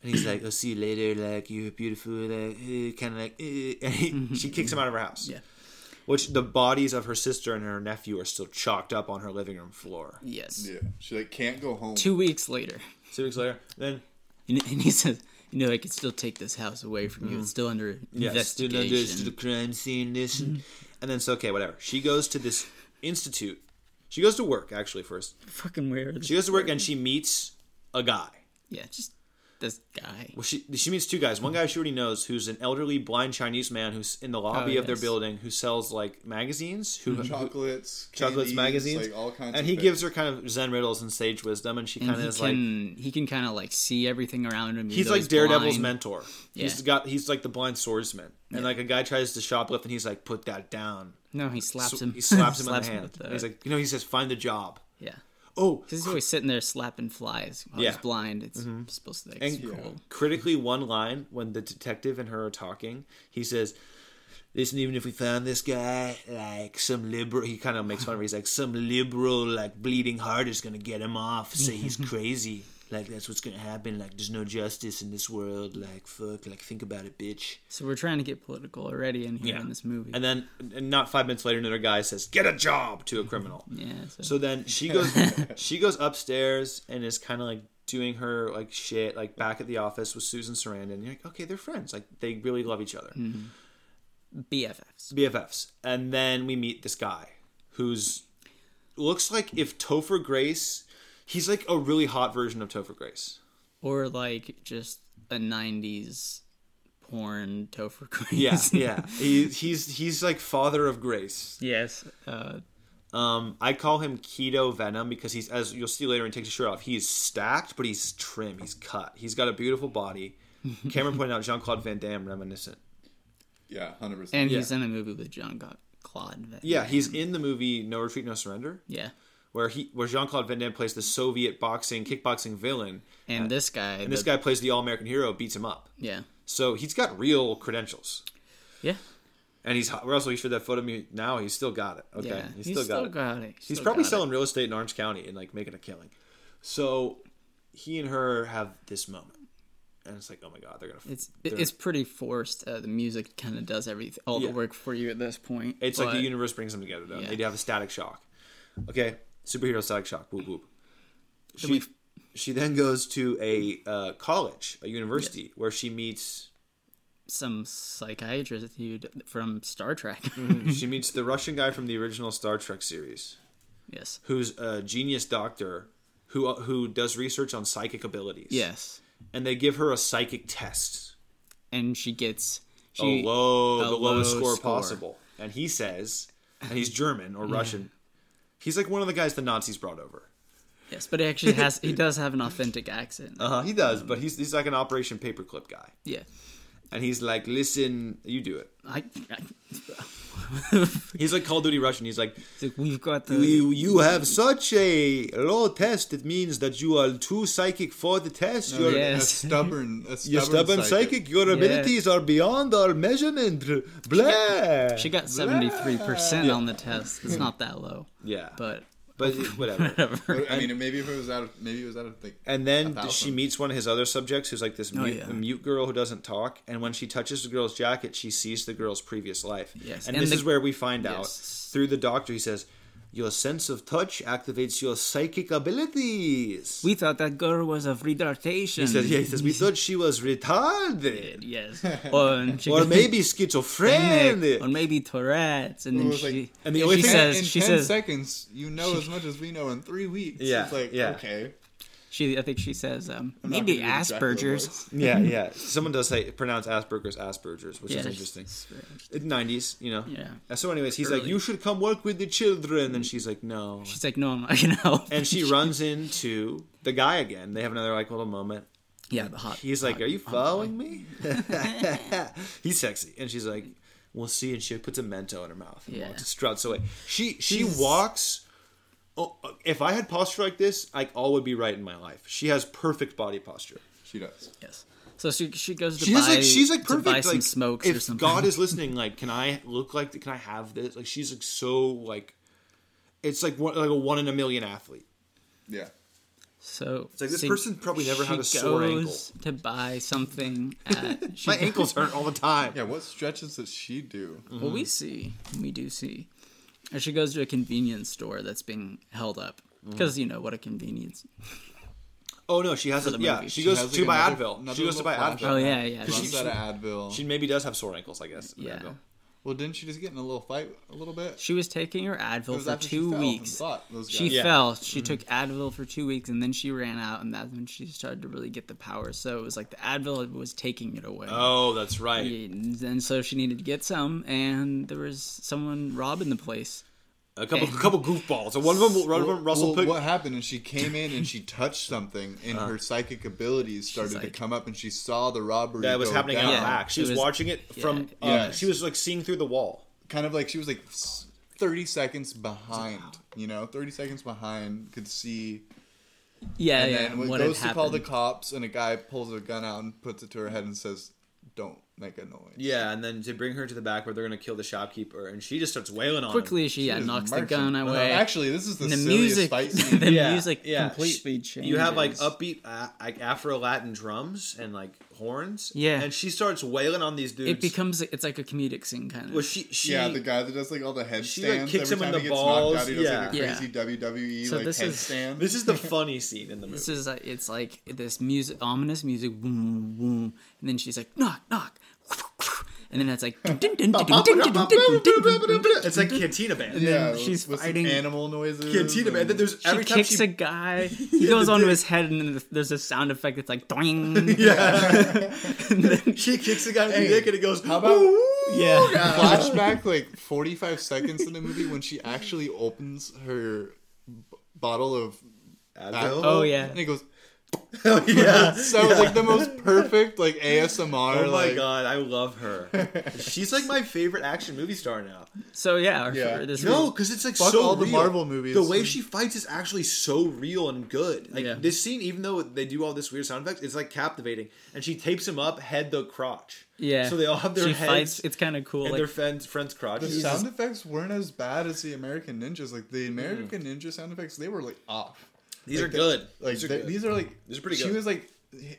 [SPEAKER 2] And he's like, "I'll see you later. Like you're beautiful. Like kind of like." eh." And he, she kicks him out of her house.
[SPEAKER 1] Yeah.
[SPEAKER 2] Which the bodies of her sister and her nephew are still chalked up on her living room floor.
[SPEAKER 1] Yes.
[SPEAKER 4] Yeah. She like can't go home.
[SPEAKER 1] Two weeks later,
[SPEAKER 2] Two weeks later, then
[SPEAKER 1] and, and he says, "You know, I could still take this house away from you. It's still under
[SPEAKER 2] Mm-hmm. Yes, still under-
[SPEAKER 1] investigation."
[SPEAKER 2] still crime scene this, and,
[SPEAKER 4] Mm-hmm.
[SPEAKER 2] and then so okay, whatever. She goes to this institute. She goes to work actually first.
[SPEAKER 1] Fucking weird.
[SPEAKER 2] She goes to work and she meets a guy.
[SPEAKER 1] yeah, just this guy.
[SPEAKER 2] Well, she she meets two guys. One guy she already knows, who's an elderly blind Chinese man who's in the
[SPEAKER 4] Oh,
[SPEAKER 2] lobby of their
[SPEAKER 1] yes.
[SPEAKER 2] building, who sells like magazines, who
[SPEAKER 4] chocolates,
[SPEAKER 2] chocolates
[SPEAKER 4] Mm-hmm. candies,
[SPEAKER 2] magazines,
[SPEAKER 4] like all kinds.
[SPEAKER 2] and
[SPEAKER 4] of
[SPEAKER 2] he
[SPEAKER 4] things.
[SPEAKER 2] gives her kind of Zen riddles and sage wisdom, and she kind
[SPEAKER 1] And
[SPEAKER 2] of
[SPEAKER 1] he
[SPEAKER 2] is like.
[SPEAKER 1] can he can kind of like see everything around him. even
[SPEAKER 2] He's
[SPEAKER 1] though
[SPEAKER 2] like Daredevil's
[SPEAKER 1] blind.
[SPEAKER 2] mentor. He's
[SPEAKER 1] Yeah.
[SPEAKER 2] got he's like the blind swordsman, and like a guy tries to shoplift, and he's like, "Put that down."
[SPEAKER 1] No, he slaps
[SPEAKER 2] So
[SPEAKER 1] him.
[SPEAKER 2] He slaps him in the hand.
[SPEAKER 1] with the-
[SPEAKER 2] And he's like, you know, he says, find a job.
[SPEAKER 1] yeah.
[SPEAKER 2] Oh,
[SPEAKER 1] Because he's always sitting there slapping flies while he's
[SPEAKER 2] Yeah. Mm-hmm.
[SPEAKER 1] blind. It's supposed to like
[SPEAKER 2] and
[SPEAKER 1] cool.
[SPEAKER 2] critically, one line when the detective and her are talking, he says, "Listen, even if we found this guy, like some liberal, he kind of makes fun of. It. He's like, some liberal, like bleeding heart is gonna get him off. Say he's crazy." Like that's what's gonna happen. Like there's no justice in this world. Like fuck. Like think about it, bitch.
[SPEAKER 1] So we're trying to get political already in here in this movie.
[SPEAKER 2] And then, and not five minutes later, another guy says, "Get a job" to a criminal.
[SPEAKER 1] yeah. So,
[SPEAKER 2] So then she goes she goes upstairs and is kind of like doing her like shit like back at the office with Susan Sarandon. You're like, okay, they're friends. Like they really love each other,
[SPEAKER 1] Mm-hmm. BFFs.
[SPEAKER 2] BFFs. And then we meet this guy who's looks like if Topher Grace, he's like a really hot version of Topher Grace.
[SPEAKER 1] Or like just a 90s porn Topher Grace.
[SPEAKER 2] Yeah, yeah. he, he's he's like father of Grace.
[SPEAKER 1] yes. Uh,
[SPEAKER 2] Um, I call him Keto Venom because he's as you'll see later when he takes his shirt off. He's stacked, but he's trim. He's cut. He's got a beautiful body. Cameron pointed out Jean Claude Van Damme reminiscent.
[SPEAKER 4] Yeah, hundred percent.
[SPEAKER 1] and he's in a movie with John Ga- Claude. Van-
[SPEAKER 2] Yeah, he's in the movie No Retreat, No Surrender,
[SPEAKER 1] Yeah.
[SPEAKER 2] where he where Jean Claude Van Damme plays the Soviet boxing kickboxing villain,
[SPEAKER 1] And this guy.
[SPEAKER 2] Uh, and this guy plays the All American hero, beats him up.
[SPEAKER 1] Yeah.
[SPEAKER 2] So he's got real credentials,
[SPEAKER 1] Yeah.
[SPEAKER 2] and he's hot. Russell. You showed that photo of me now. He's still got it. Okay,
[SPEAKER 1] Yeah.
[SPEAKER 2] he's, still, got, it.
[SPEAKER 1] it.
[SPEAKER 2] He's
[SPEAKER 1] still
[SPEAKER 2] probably
[SPEAKER 1] got it.
[SPEAKER 2] selling real estate in Orange County and like making a killing. So he and her have this moment and it's like, oh my god, they're gonna.
[SPEAKER 1] It's
[SPEAKER 2] they're-
[SPEAKER 1] it's pretty forced. Uh, the music kind of does everything, all
[SPEAKER 2] Yeah.
[SPEAKER 1] the work for you at this point.
[SPEAKER 2] It's like the
[SPEAKER 1] but-
[SPEAKER 2] universe brings them together, though.
[SPEAKER 1] Yeah.
[SPEAKER 2] They do have a static shock. Okay, superhero static shock. Whoop whoop. She, she then goes to a uh, college, a university, where she meets
[SPEAKER 1] some psychiatrist dude from Star Trek.
[SPEAKER 2] she meets the Russian guy from the original Star Trek series,
[SPEAKER 1] yes.
[SPEAKER 2] who's a genius doctor who uh, who does research on psychic abilities.
[SPEAKER 1] Yes.
[SPEAKER 2] and they give her a psychic test,
[SPEAKER 1] And she gets
[SPEAKER 2] a
[SPEAKER 1] she
[SPEAKER 2] Oh, low,
[SPEAKER 1] a
[SPEAKER 2] the lowest
[SPEAKER 1] low
[SPEAKER 2] score, Mm-hmm. possible. And he says, and he's German or Russian. He's like one of the guys the Nazis brought over.
[SPEAKER 1] Yes, but he actually has he does have an authentic accent.
[SPEAKER 2] Uh huh. He does, but he's he's like an Operation Paperclip guy,
[SPEAKER 1] Yeah.
[SPEAKER 2] and he's like, "Listen, you do it."
[SPEAKER 1] I, I
[SPEAKER 2] He's like Call of Duty Russian. He's like,
[SPEAKER 1] it's like we've got the
[SPEAKER 2] "You you have such a low test. It means that you are too psychic for the test. You're
[SPEAKER 4] A
[SPEAKER 1] yes.
[SPEAKER 4] stubborn, a stubborn,
[SPEAKER 2] you're Oh, stubborn psychic. Your abilities are beyond our measurement. Blah.
[SPEAKER 1] She got seventy three percent on the test. It's not that low,
[SPEAKER 2] yeah,
[SPEAKER 1] but
[SPEAKER 2] but whatever.
[SPEAKER 1] whatever.
[SPEAKER 4] I mean, maybe if it was out of, maybe it was out of like.
[SPEAKER 2] And then
[SPEAKER 4] thousand.
[SPEAKER 2] she meets one of his other subjects, who's like this mute,
[SPEAKER 1] Oh, yeah.
[SPEAKER 2] mute girl who doesn't talk. And when she touches the girl's jacket, she sees the girl's previous life.
[SPEAKER 1] Yes,
[SPEAKER 2] And,
[SPEAKER 1] and
[SPEAKER 2] this
[SPEAKER 1] the-
[SPEAKER 2] is where we find out
[SPEAKER 1] Yes.
[SPEAKER 2] through the doctor. He says, "Your sense of touch activates your psychic abilities."
[SPEAKER 1] We thought that girl was of retardation.
[SPEAKER 2] he says, "Yeah." He says, "We thought she was retarded,
[SPEAKER 1] yes, or, and she
[SPEAKER 2] or
[SPEAKER 1] goes,
[SPEAKER 2] maybe
[SPEAKER 1] "Nick," or
[SPEAKER 2] schizophrenic."
[SPEAKER 1] maybe Tourette's, and
[SPEAKER 4] It
[SPEAKER 1] then
[SPEAKER 4] was
[SPEAKER 1] she
[SPEAKER 4] like-
[SPEAKER 2] And the only
[SPEAKER 1] she
[SPEAKER 2] thing-
[SPEAKER 1] says
[SPEAKER 4] in
[SPEAKER 1] she
[SPEAKER 4] 10
[SPEAKER 1] says
[SPEAKER 4] seconds, you know as much as we know in three weeks.
[SPEAKER 2] Yeah,
[SPEAKER 4] It's like,
[SPEAKER 2] yeah.
[SPEAKER 4] okay.
[SPEAKER 1] she I think she says um,
[SPEAKER 4] not
[SPEAKER 1] maybe
[SPEAKER 4] gonna do the Dracula
[SPEAKER 1] Asperger's.
[SPEAKER 4] voice.
[SPEAKER 2] yeah, yeah. Someone does say pronounce Asperger's Asperger's, which is
[SPEAKER 1] Yes.
[SPEAKER 2] interesting. Nineties, you know.
[SPEAKER 1] Yeah.
[SPEAKER 2] And so, anyways, he's like,
[SPEAKER 1] Early.
[SPEAKER 2] "You should come work with the children," and she's like, "No."
[SPEAKER 1] She's like, no, I'm not gonna help.
[SPEAKER 2] and she runs into the guy again. They have another like little moment.
[SPEAKER 1] yeah, the hot.
[SPEAKER 2] He's like, "Are you following me?" He's sexy, and she's like, "We'll see." And she puts a mento in her mouth and
[SPEAKER 1] Yeah.
[SPEAKER 2] walks, struts away. She she walks. Oh, if I had posture like this, like all would be right in my life. She has perfect body posture.
[SPEAKER 4] She does.
[SPEAKER 1] Yes. So she she goes to
[SPEAKER 2] She's
[SPEAKER 1] buy
[SPEAKER 2] like she's like perfect.
[SPEAKER 1] to buy some
[SPEAKER 2] like
[SPEAKER 1] smokes
[SPEAKER 2] if
[SPEAKER 1] or something.
[SPEAKER 2] God is listening, like can I look like can I have this? Like she's like so like, it's like one, like a one in a million athlete.
[SPEAKER 4] Yeah.
[SPEAKER 1] so it's
[SPEAKER 2] like, this person probably never had a sore
[SPEAKER 1] To buy something, at, she
[SPEAKER 2] My ankles mm. hurt all the time.
[SPEAKER 4] Yeah, what stretches does she do?
[SPEAKER 1] Well, we see. We do see. And she goes to a convenience store that's being held up.
[SPEAKER 2] Mm.
[SPEAKER 1] Because, you know, what a convenience.
[SPEAKER 2] Oh no, she has. A,
[SPEAKER 1] the
[SPEAKER 2] yeah,
[SPEAKER 1] movie.
[SPEAKER 2] she
[SPEAKER 1] She
[SPEAKER 2] goes
[SPEAKER 4] has, like,
[SPEAKER 2] to buy
[SPEAKER 4] another-
[SPEAKER 2] Advil.
[SPEAKER 4] another
[SPEAKER 2] She goes to
[SPEAKER 4] little
[SPEAKER 2] buy
[SPEAKER 4] flash.
[SPEAKER 2] Advil.
[SPEAKER 1] Oh, yeah, yeah.
[SPEAKER 2] She-
[SPEAKER 4] Runs
[SPEAKER 2] she-
[SPEAKER 4] out of Advil.
[SPEAKER 2] She maybe does have sore ankles, I guess.
[SPEAKER 1] Yeah.
[SPEAKER 2] Advil.
[SPEAKER 4] well, didn't she just get in a little fight a little bit?
[SPEAKER 1] She was taking her
[SPEAKER 4] It
[SPEAKER 1] Advil
[SPEAKER 4] was
[SPEAKER 1] for
[SPEAKER 4] after she
[SPEAKER 1] two
[SPEAKER 4] fell and
[SPEAKER 1] weeks.
[SPEAKER 4] fought those
[SPEAKER 1] She
[SPEAKER 4] guys.
[SPEAKER 2] Yeah.
[SPEAKER 1] fell. She
[SPEAKER 2] Mm.
[SPEAKER 1] took Advil for two weeks and then she ran out, and that's when she started to really get the power. So it was like the Advil was taking it away.
[SPEAKER 2] Oh, that's right.
[SPEAKER 1] And then- so she needed to get some, and there was someone robbing the place.
[SPEAKER 2] A couple, a couple goofballs. So one of them, one of them, Russell
[SPEAKER 4] well,
[SPEAKER 2] Pig-
[SPEAKER 4] what happened is she came in and she touched something, and
[SPEAKER 1] Uh-huh.
[SPEAKER 4] her psychic abilities started to
[SPEAKER 1] like-
[SPEAKER 4] come up, and she saw the robbery
[SPEAKER 2] that was
[SPEAKER 4] go
[SPEAKER 2] happening
[SPEAKER 4] down.
[SPEAKER 2] out back. She
[SPEAKER 1] It
[SPEAKER 2] was,
[SPEAKER 1] was-
[SPEAKER 2] watching it from.
[SPEAKER 1] yeah.
[SPEAKER 2] uh,
[SPEAKER 4] Yes.
[SPEAKER 2] She was like seeing through the wall.
[SPEAKER 4] Kind of like she was like s- thirty seconds behind. You know, thirty seconds behind could see.
[SPEAKER 1] Yeah,
[SPEAKER 4] And
[SPEAKER 1] Oh, yeah.
[SPEAKER 4] then when
[SPEAKER 1] what
[SPEAKER 4] goes
[SPEAKER 1] had
[SPEAKER 4] to call the
[SPEAKER 1] happened.
[SPEAKER 4] cops, and a guy pulls a gun out and puts it to her head and says, "Don't make a noise."
[SPEAKER 2] Yeah, and then they bring her to the back where they're gonna kill the shopkeeper, and she just starts wailing on
[SPEAKER 1] Quickly, she, yeah,
[SPEAKER 4] She was
[SPEAKER 1] knocks the
[SPEAKER 4] marching.
[SPEAKER 1] gun
[SPEAKER 4] No, no,
[SPEAKER 1] away.
[SPEAKER 4] Actually, this is the,
[SPEAKER 1] And the
[SPEAKER 4] silliest
[SPEAKER 1] music,
[SPEAKER 4] fight scene.
[SPEAKER 1] the
[SPEAKER 2] Yeah,
[SPEAKER 1] music
[SPEAKER 2] yeah.
[SPEAKER 1] completely changes.
[SPEAKER 2] You have like upbeat, uh, like Afro Latin drums and like horns.
[SPEAKER 1] Yeah.
[SPEAKER 2] and she starts wailing on these dudes.
[SPEAKER 1] It becomes it's like a comedic scene kind of.
[SPEAKER 2] well, she, she
[SPEAKER 4] yeah, the guy that does like all the headstands.
[SPEAKER 2] she, like, kicks him
[SPEAKER 4] Every
[SPEAKER 2] in
[SPEAKER 4] time
[SPEAKER 2] the
[SPEAKER 4] he gets
[SPEAKER 2] balls.
[SPEAKER 4] knocked out, he does like a
[SPEAKER 1] Yeah.
[SPEAKER 4] crazy WWE
[SPEAKER 1] So
[SPEAKER 4] like
[SPEAKER 1] this is-
[SPEAKER 4] headstand.
[SPEAKER 2] This is the funny scene in the movie.
[SPEAKER 1] This is like, it's like this music, ominous music, boom, boom, and then she's like knock, knock, and then it's like, dun, dun, dun, dun, dun, dun, dun, dun, dun, dun, dun, dun, dun.
[SPEAKER 2] it's like Cantina Band.
[SPEAKER 4] yeah,
[SPEAKER 1] then she's
[SPEAKER 4] with some
[SPEAKER 1] fighting-
[SPEAKER 4] animal noises.
[SPEAKER 2] Cantina
[SPEAKER 4] and-
[SPEAKER 2] Band. Then there's
[SPEAKER 1] she
[SPEAKER 2] every time
[SPEAKER 1] kicks
[SPEAKER 2] she
[SPEAKER 1] a guy. He goes onto his head, and then there's a sound effect that's like doing.
[SPEAKER 2] she kicks a guy in the dick and it goes.
[SPEAKER 4] How about
[SPEAKER 1] Yeah,
[SPEAKER 4] flashback like 45 seconds in the movie when she actually opens her b- bottle of alcohol?
[SPEAKER 1] Oh, yeah.
[SPEAKER 4] and it goes.
[SPEAKER 2] yeah.
[SPEAKER 4] So it's like the most perfect like
[SPEAKER 2] Oh
[SPEAKER 4] ASMR.
[SPEAKER 2] my
[SPEAKER 4] like,
[SPEAKER 2] god, I love her. She's like my favorite action movie star now.
[SPEAKER 1] so yeah, our,
[SPEAKER 4] Yeah.
[SPEAKER 1] this
[SPEAKER 2] No,
[SPEAKER 1] was-
[SPEAKER 2] because it's like
[SPEAKER 4] Fuck
[SPEAKER 2] so
[SPEAKER 4] all the
[SPEAKER 2] real.
[SPEAKER 4] Marvel movies.
[SPEAKER 2] The way she fights is actually so real and good. Like
[SPEAKER 1] Yeah.
[SPEAKER 2] this scene, even though they do all this weird sound effects, it's like captivating. And she tapes him up head to crotch.
[SPEAKER 1] yeah.
[SPEAKER 2] So they all have their
[SPEAKER 1] she
[SPEAKER 2] heads
[SPEAKER 1] fights. It's kind of cool.
[SPEAKER 2] and
[SPEAKER 1] Like,
[SPEAKER 2] their friends friends crotch.
[SPEAKER 4] The sound effects weren't as bad as the American Ninjas. Like the Mm. American Ninja sound effects, they were like off.
[SPEAKER 2] These
[SPEAKER 4] Like,
[SPEAKER 2] are
[SPEAKER 4] the-
[SPEAKER 2] good.
[SPEAKER 4] Like
[SPEAKER 2] These are
[SPEAKER 4] they-
[SPEAKER 2] good.
[SPEAKER 4] these are like
[SPEAKER 2] These are pretty
[SPEAKER 4] She
[SPEAKER 2] good. Oh,
[SPEAKER 4] was like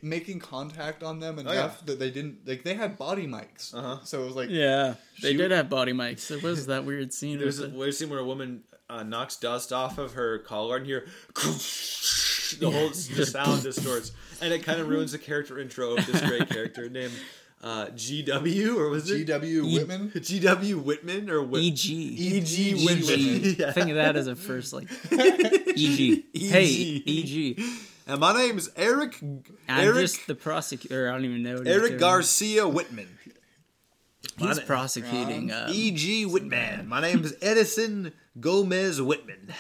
[SPEAKER 4] making contact on them
[SPEAKER 1] yeah.
[SPEAKER 4] enough that they didn't like they had body mics. Uh-huh. So it was like
[SPEAKER 1] Yeah, they
[SPEAKER 4] she-
[SPEAKER 1] did have body mics. There was that weird scene.
[SPEAKER 2] There's a
[SPEAKER 1] with the-
[SPEAKER 2] weird scene where a woman uh, knocks dust off of her collar, and here the whole s- the sound distorts, and it kind of ruins the character intro of this great character named uh, GW or was it
[SPEAKER 4] GW Whitman?
[SPEAKER 2] GW Whitman or Whit-
[SPEAKER 1] EG.
[SPEAKER 2] EG E Whitman. Yeah. E
[SPEAKER 1] Think of that as a first, like EG. Hey, E EG.
[SPEAKER 2] And my name's Eric.
[SPEAKER 1] I'm
[SPEAKER 2] Eric-
[SPEAKER 1] just the prosecutor. I don't even know. what he's
[SPEAKER 2] Eric
[SPEAKER 1] doing.
[SPEAKER 2] Garcia Whitman.
[SPEAKER 1] He's
[SPEAKER 2] My-
[SPEAKER 1] prosecuting.
[SPEAKER 2] Wrong.
[SPEAKER 1] Um,
[SPEAKER 2] E.G. E Whitman. My name is Edison Gomez Whitman.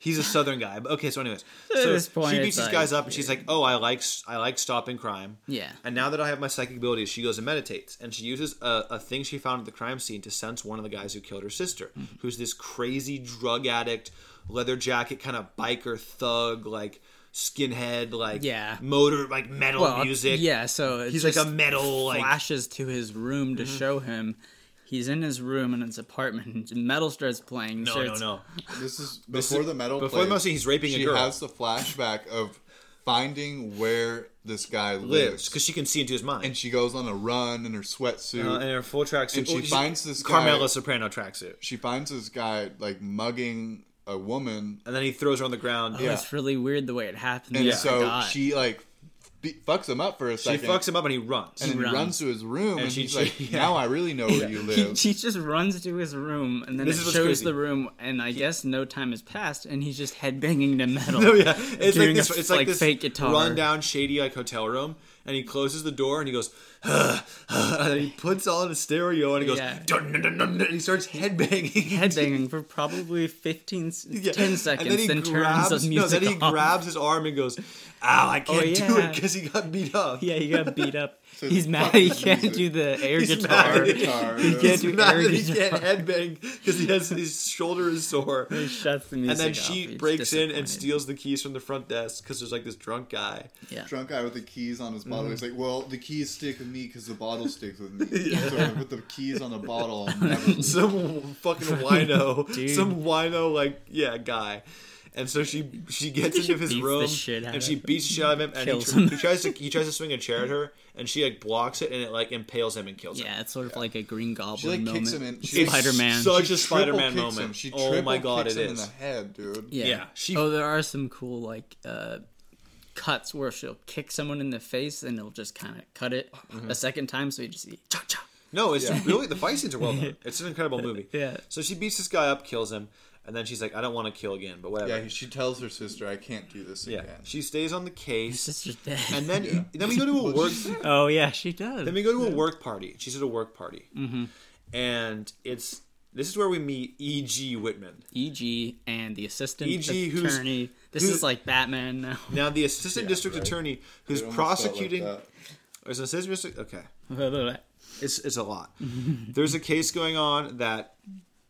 [SPEAKER 2] He's a Southern guy. But okay, so anyways,
[SPEAKER 1] At
[SPEAKER 2] so
[SPEAKER 1] this point,
[SPEAKER 2] she beats
[SPEAKER 1] it's
[SPEAKER 2] these
[SPEAKER 1] like-
[SPEAKER 2] guys up, and she's like, "Oh, I like I like stopping crime."
[SPEAKER 1] Yeah.
[SPEAKER 2] And now that I have my psychic abilities, she goes and meditates, and she uses a, a thing she found at the crime scene to sense one of the guys who killed her sister,
[SPEAKER 1] Mm-hmm.
[SPEAKER 2] who's this crazy drug addict, leather jacket kind of biker thug, like skinhead, like
[SPEAKER 1] Yeah.
[SPEAKER 2] motor, like metal
[SPEAKER 1] Well,
[SPEAKER 2] music.
[SPEAKER 1] Yeah, so it
[SPEAKER 2] he's like a
[SPEAKER 1] just
[SPEAKER 2] metal, like
[SPEAKER 1] flashes to his room to
[SPEAKER 2] Mhm.
[SPEAKER 1] show him. He's in his room in his apartment. and Metal starts playing.
[SPEAKER 2] No,
[SPEAKER 1] so
[SPEAKER 2] no,
[SPEAKER 1] it's-
[SPEAKER 2] no.
[SPEAKER 4] This is before
[SPEAKER 1] This is-
[SPEAKER 4] the metal.
[SPEAKER 1] before the
[SPEAKER 4] plays,
[SPEAKER 1] metal scene, he's raping a
[SPEAKER 4] she
[SPEAKER 2] girl.
[SPEAKER 4] has the flashback of finding where this guy
[SPEAKER 2] lives
[SPEAKER 4] lives,
[SPEAKER 2] because she can see into his mind.
[SPEAKER 4] and she goes on a run in her sweatsuit
[SPEAKER 2] Uh, in her full tracksuit.
[SPEAKER 4] and
[SPEAKER 2] Oh,
[SPEAKER 4] she
[SPEAKER 2] she's-
[SPEAKER 4] finds this guy,
[SPEAKER 2] Carmela Soprano tracksuit.
[SPEAKER 4] She finds this guy like mugging a woman,
[SPEAKER 2] and then he throws her on the ground.
[SPEAKER 1] Oh, It's really weird the way it happened.
[SPEAKER 4] and
[SPEAKER 1] I
[SPEAKER 4] so
[SPEAKER 1] forgot.
[SPEAKER 4] she like be- fucks him up for a
[SPEAKER 2] She
[SPEAKER 4] second.
[SPEAKER 2] fucks him up and he runs.
[SPEAKER 1] He
[SPEAKER 4] and then he
[SPEAKER 1] runs.
[SPEAKER 4] runs to his room,
[SPEAKER 2] And
[SPEAKER 4] and,
[SPEAKER 2] she-
[SPEAKER 4] she's like,
[SPEAKER 2] yeah.
[SPEAKER 4] "Now I really know where you
[SPEAKER 1] He,
[SPEAKER 4] live."
[SPEAKER 1] she just runs to his room and then
[SPEAKER 2] This is
[SPEAKER 1] it
[SPEAKER 2] what's
[SPEAKER 1] shows
[SPEAKER 2] crazy.
[SPEAKER 1] the room and I guess no time has passed and he's just headbanging to metal.
[SPEAKER 2] No, yeah, it's like
[SPEAKER 1] doing
[SPEAKER 2] this.
[SPEAKER 1] a f-
[SPEAKER 2] It's like, this
[SPEAKER 1] fake guitar.
[SPEAKER 2] rundown, shady like hotel room, and he closes the door and he goes, and then he puts on a stereo and he goes,
[SPEAKER 1] Yeah.
[SPEAKER 2] dun, dun, dun, dun, dun, and he starts headbanging,
[SPEAKER 1] headbanging for probably 15, s- 10 seconds,
[SPEAKER 2] and then he grabs,
[SPEAKER 1] turns the
[SPEAKER 2] no,
[SPEAKER 1] music
[SPEAKER 2] then he
[SPEAKER 1] off.
[SPEAKER 2] grabs his arm and goes, "Ow, I
[SPEAKER 1] Oh,
[SPEAKER 2] can't do
[SPEAKER 1] yeah.
[SPEAKER 2] it because he got beat up."
[SPEAKER 1] Yeah, he got beat up.
[SPEAKER 2] So
[SPEAKER 1] he's
[SPEAKER 2] the
[SPEAKER 1] mad
[SPEAKER 2] fucking
[SPEAKER 1] he can't
[SPEAKER 2] music.
[SPEAKER 1] do the air
[SPEAKER 2] He's
[SPEAKER 1] guitar.
[SPEAKER 2] mad that-
[SPEAKER 1] He can't
[SPEAKER 2] he's
[SPEAKER 1] do
[SPEAKER 2] mad
[SPEAKER 1] air
[SPEAKER 2] that he
[SPEAKER 1] guitar.
[SPEAKER 2] can't headbang because he has his shoulder is sore.
[SPEAKER 1] He shuts the
[SPEAKER 2] and then
[SPEAKER 1] music off.
[SPEAKER 2] she
[SPEAKER 1] He's "Oh,
[SPEAKER 2] breaks in and
[SPEAKER 1] disappointed.
[SPEAKER 2] steals the keys from the front desk because there's like this drunk guy.
[SPEAKER 1] Yeah.
[SPEAKER 4] Drunk guy with the keys on his bottle.
[SPEAKER 2] Mhm.
[SPEAKER 4] He's like, "Well, the keys stick with me because the bottle sticks with me. So I put the keys on the bottle." And never-
[SPEAKER 2] some fucking wino,
[SPEAKER 4] Dude.
[SPEAKER 2] some wino like yeah guy. And so she she gets
[SPEAKER 1] She
[SPEAKER 2] into his
[SPEAKER 1] beats the
[SPEAKER 2] room
[SPEAKER 1] shit out
[SPEAKER 2] and she
[SPEAKER 1] of him.
[SPEAKER 2] beats the shit out of him and he,
[SPEAKER 1] Kills
[SPEAKER 2] tr-
[SPEAKER 1] him.
[SPEAKER 2] he tries to he tries to swing a chair at her and she like blocks it and it like impales him and kills him.
[SPEAKER 1] Yeah, it's sort of like a Green Goblin
[SPEAKER 4] She like
[SPEAKER 1] moment.
[SPEAKER 4] kicks him in. She like,
[SPEAKER 1] Spider Man.
[SPEAKER 2] Such
[SPEAKER 4] She
[SPEAKER 2] a Spider Man
[SPEAKER 4] triple kicks
[SPEAKER 2] moment.
[SPEAKER 4] him. She
[SPEAKER 2] oh my
[SPEAKER 4] triple
[SPEAKER 2] god,
[SPEAKER 4] kicks
[SPEAKER 2] it
[SPEAKER 4] him in
[SPEAKER 2] is.
[SPEAKER 4] the head, dude.
[SPEAKER 1] Yeah.
[SPEAKER 2] Yeah, she-
[SPEAKER 1] oh, there are some cool like uh, cuts where she'll kick someone in the face and it'll just kind of cut it a second time, so you just see cha cha.
[SPEAKER 2] No, it's
[SPEAKER 1] Yeah.
[SPEAKER 2] really the fight scenes are well done. It's an incredible movie.
[SPEAKER 1] Yeah.
[SPEAKER 2] So she beats this guy up, kills him, and then she's like, "I don't want to kill again, but whatever."
[SPEAKER 4] Yeah, she tells her sister, "I can't do this
[SPEAKER 2] Yeah.
[SPEAKER 4] again."
[SPEAKER 2] She stays on the case.
[SPEAKER 1] sister's dead.
[SPEAKER 2] And then then we go to a work.
[SPEAKER 1] Oh yeah, Mm-hmm. she does.
[SPEAKER 2] Then we go to a work party. She's at a work party, and it's this is where we meet E. G. Whitman.
[SPEAKER 1] E. G. and the assistant
[SPEAKER 2] E.G. who's-
[SPEAKER 1] attorney. This
[SPEAKER 2] who-
[SPEAKER 1] is like Batman now.
[SPEAKER 2] Now the assistant district attorney who's
[SPEAKER 1] It almost felt like
[SPEAKER 2] prosecuting.
[SPEAKER 1] that.
[SPEAKER 2] There's an assistant district. Okay.
[SPEAKER 1] That's
[SPEAKER 2] It's it's a lot. There's a case going on that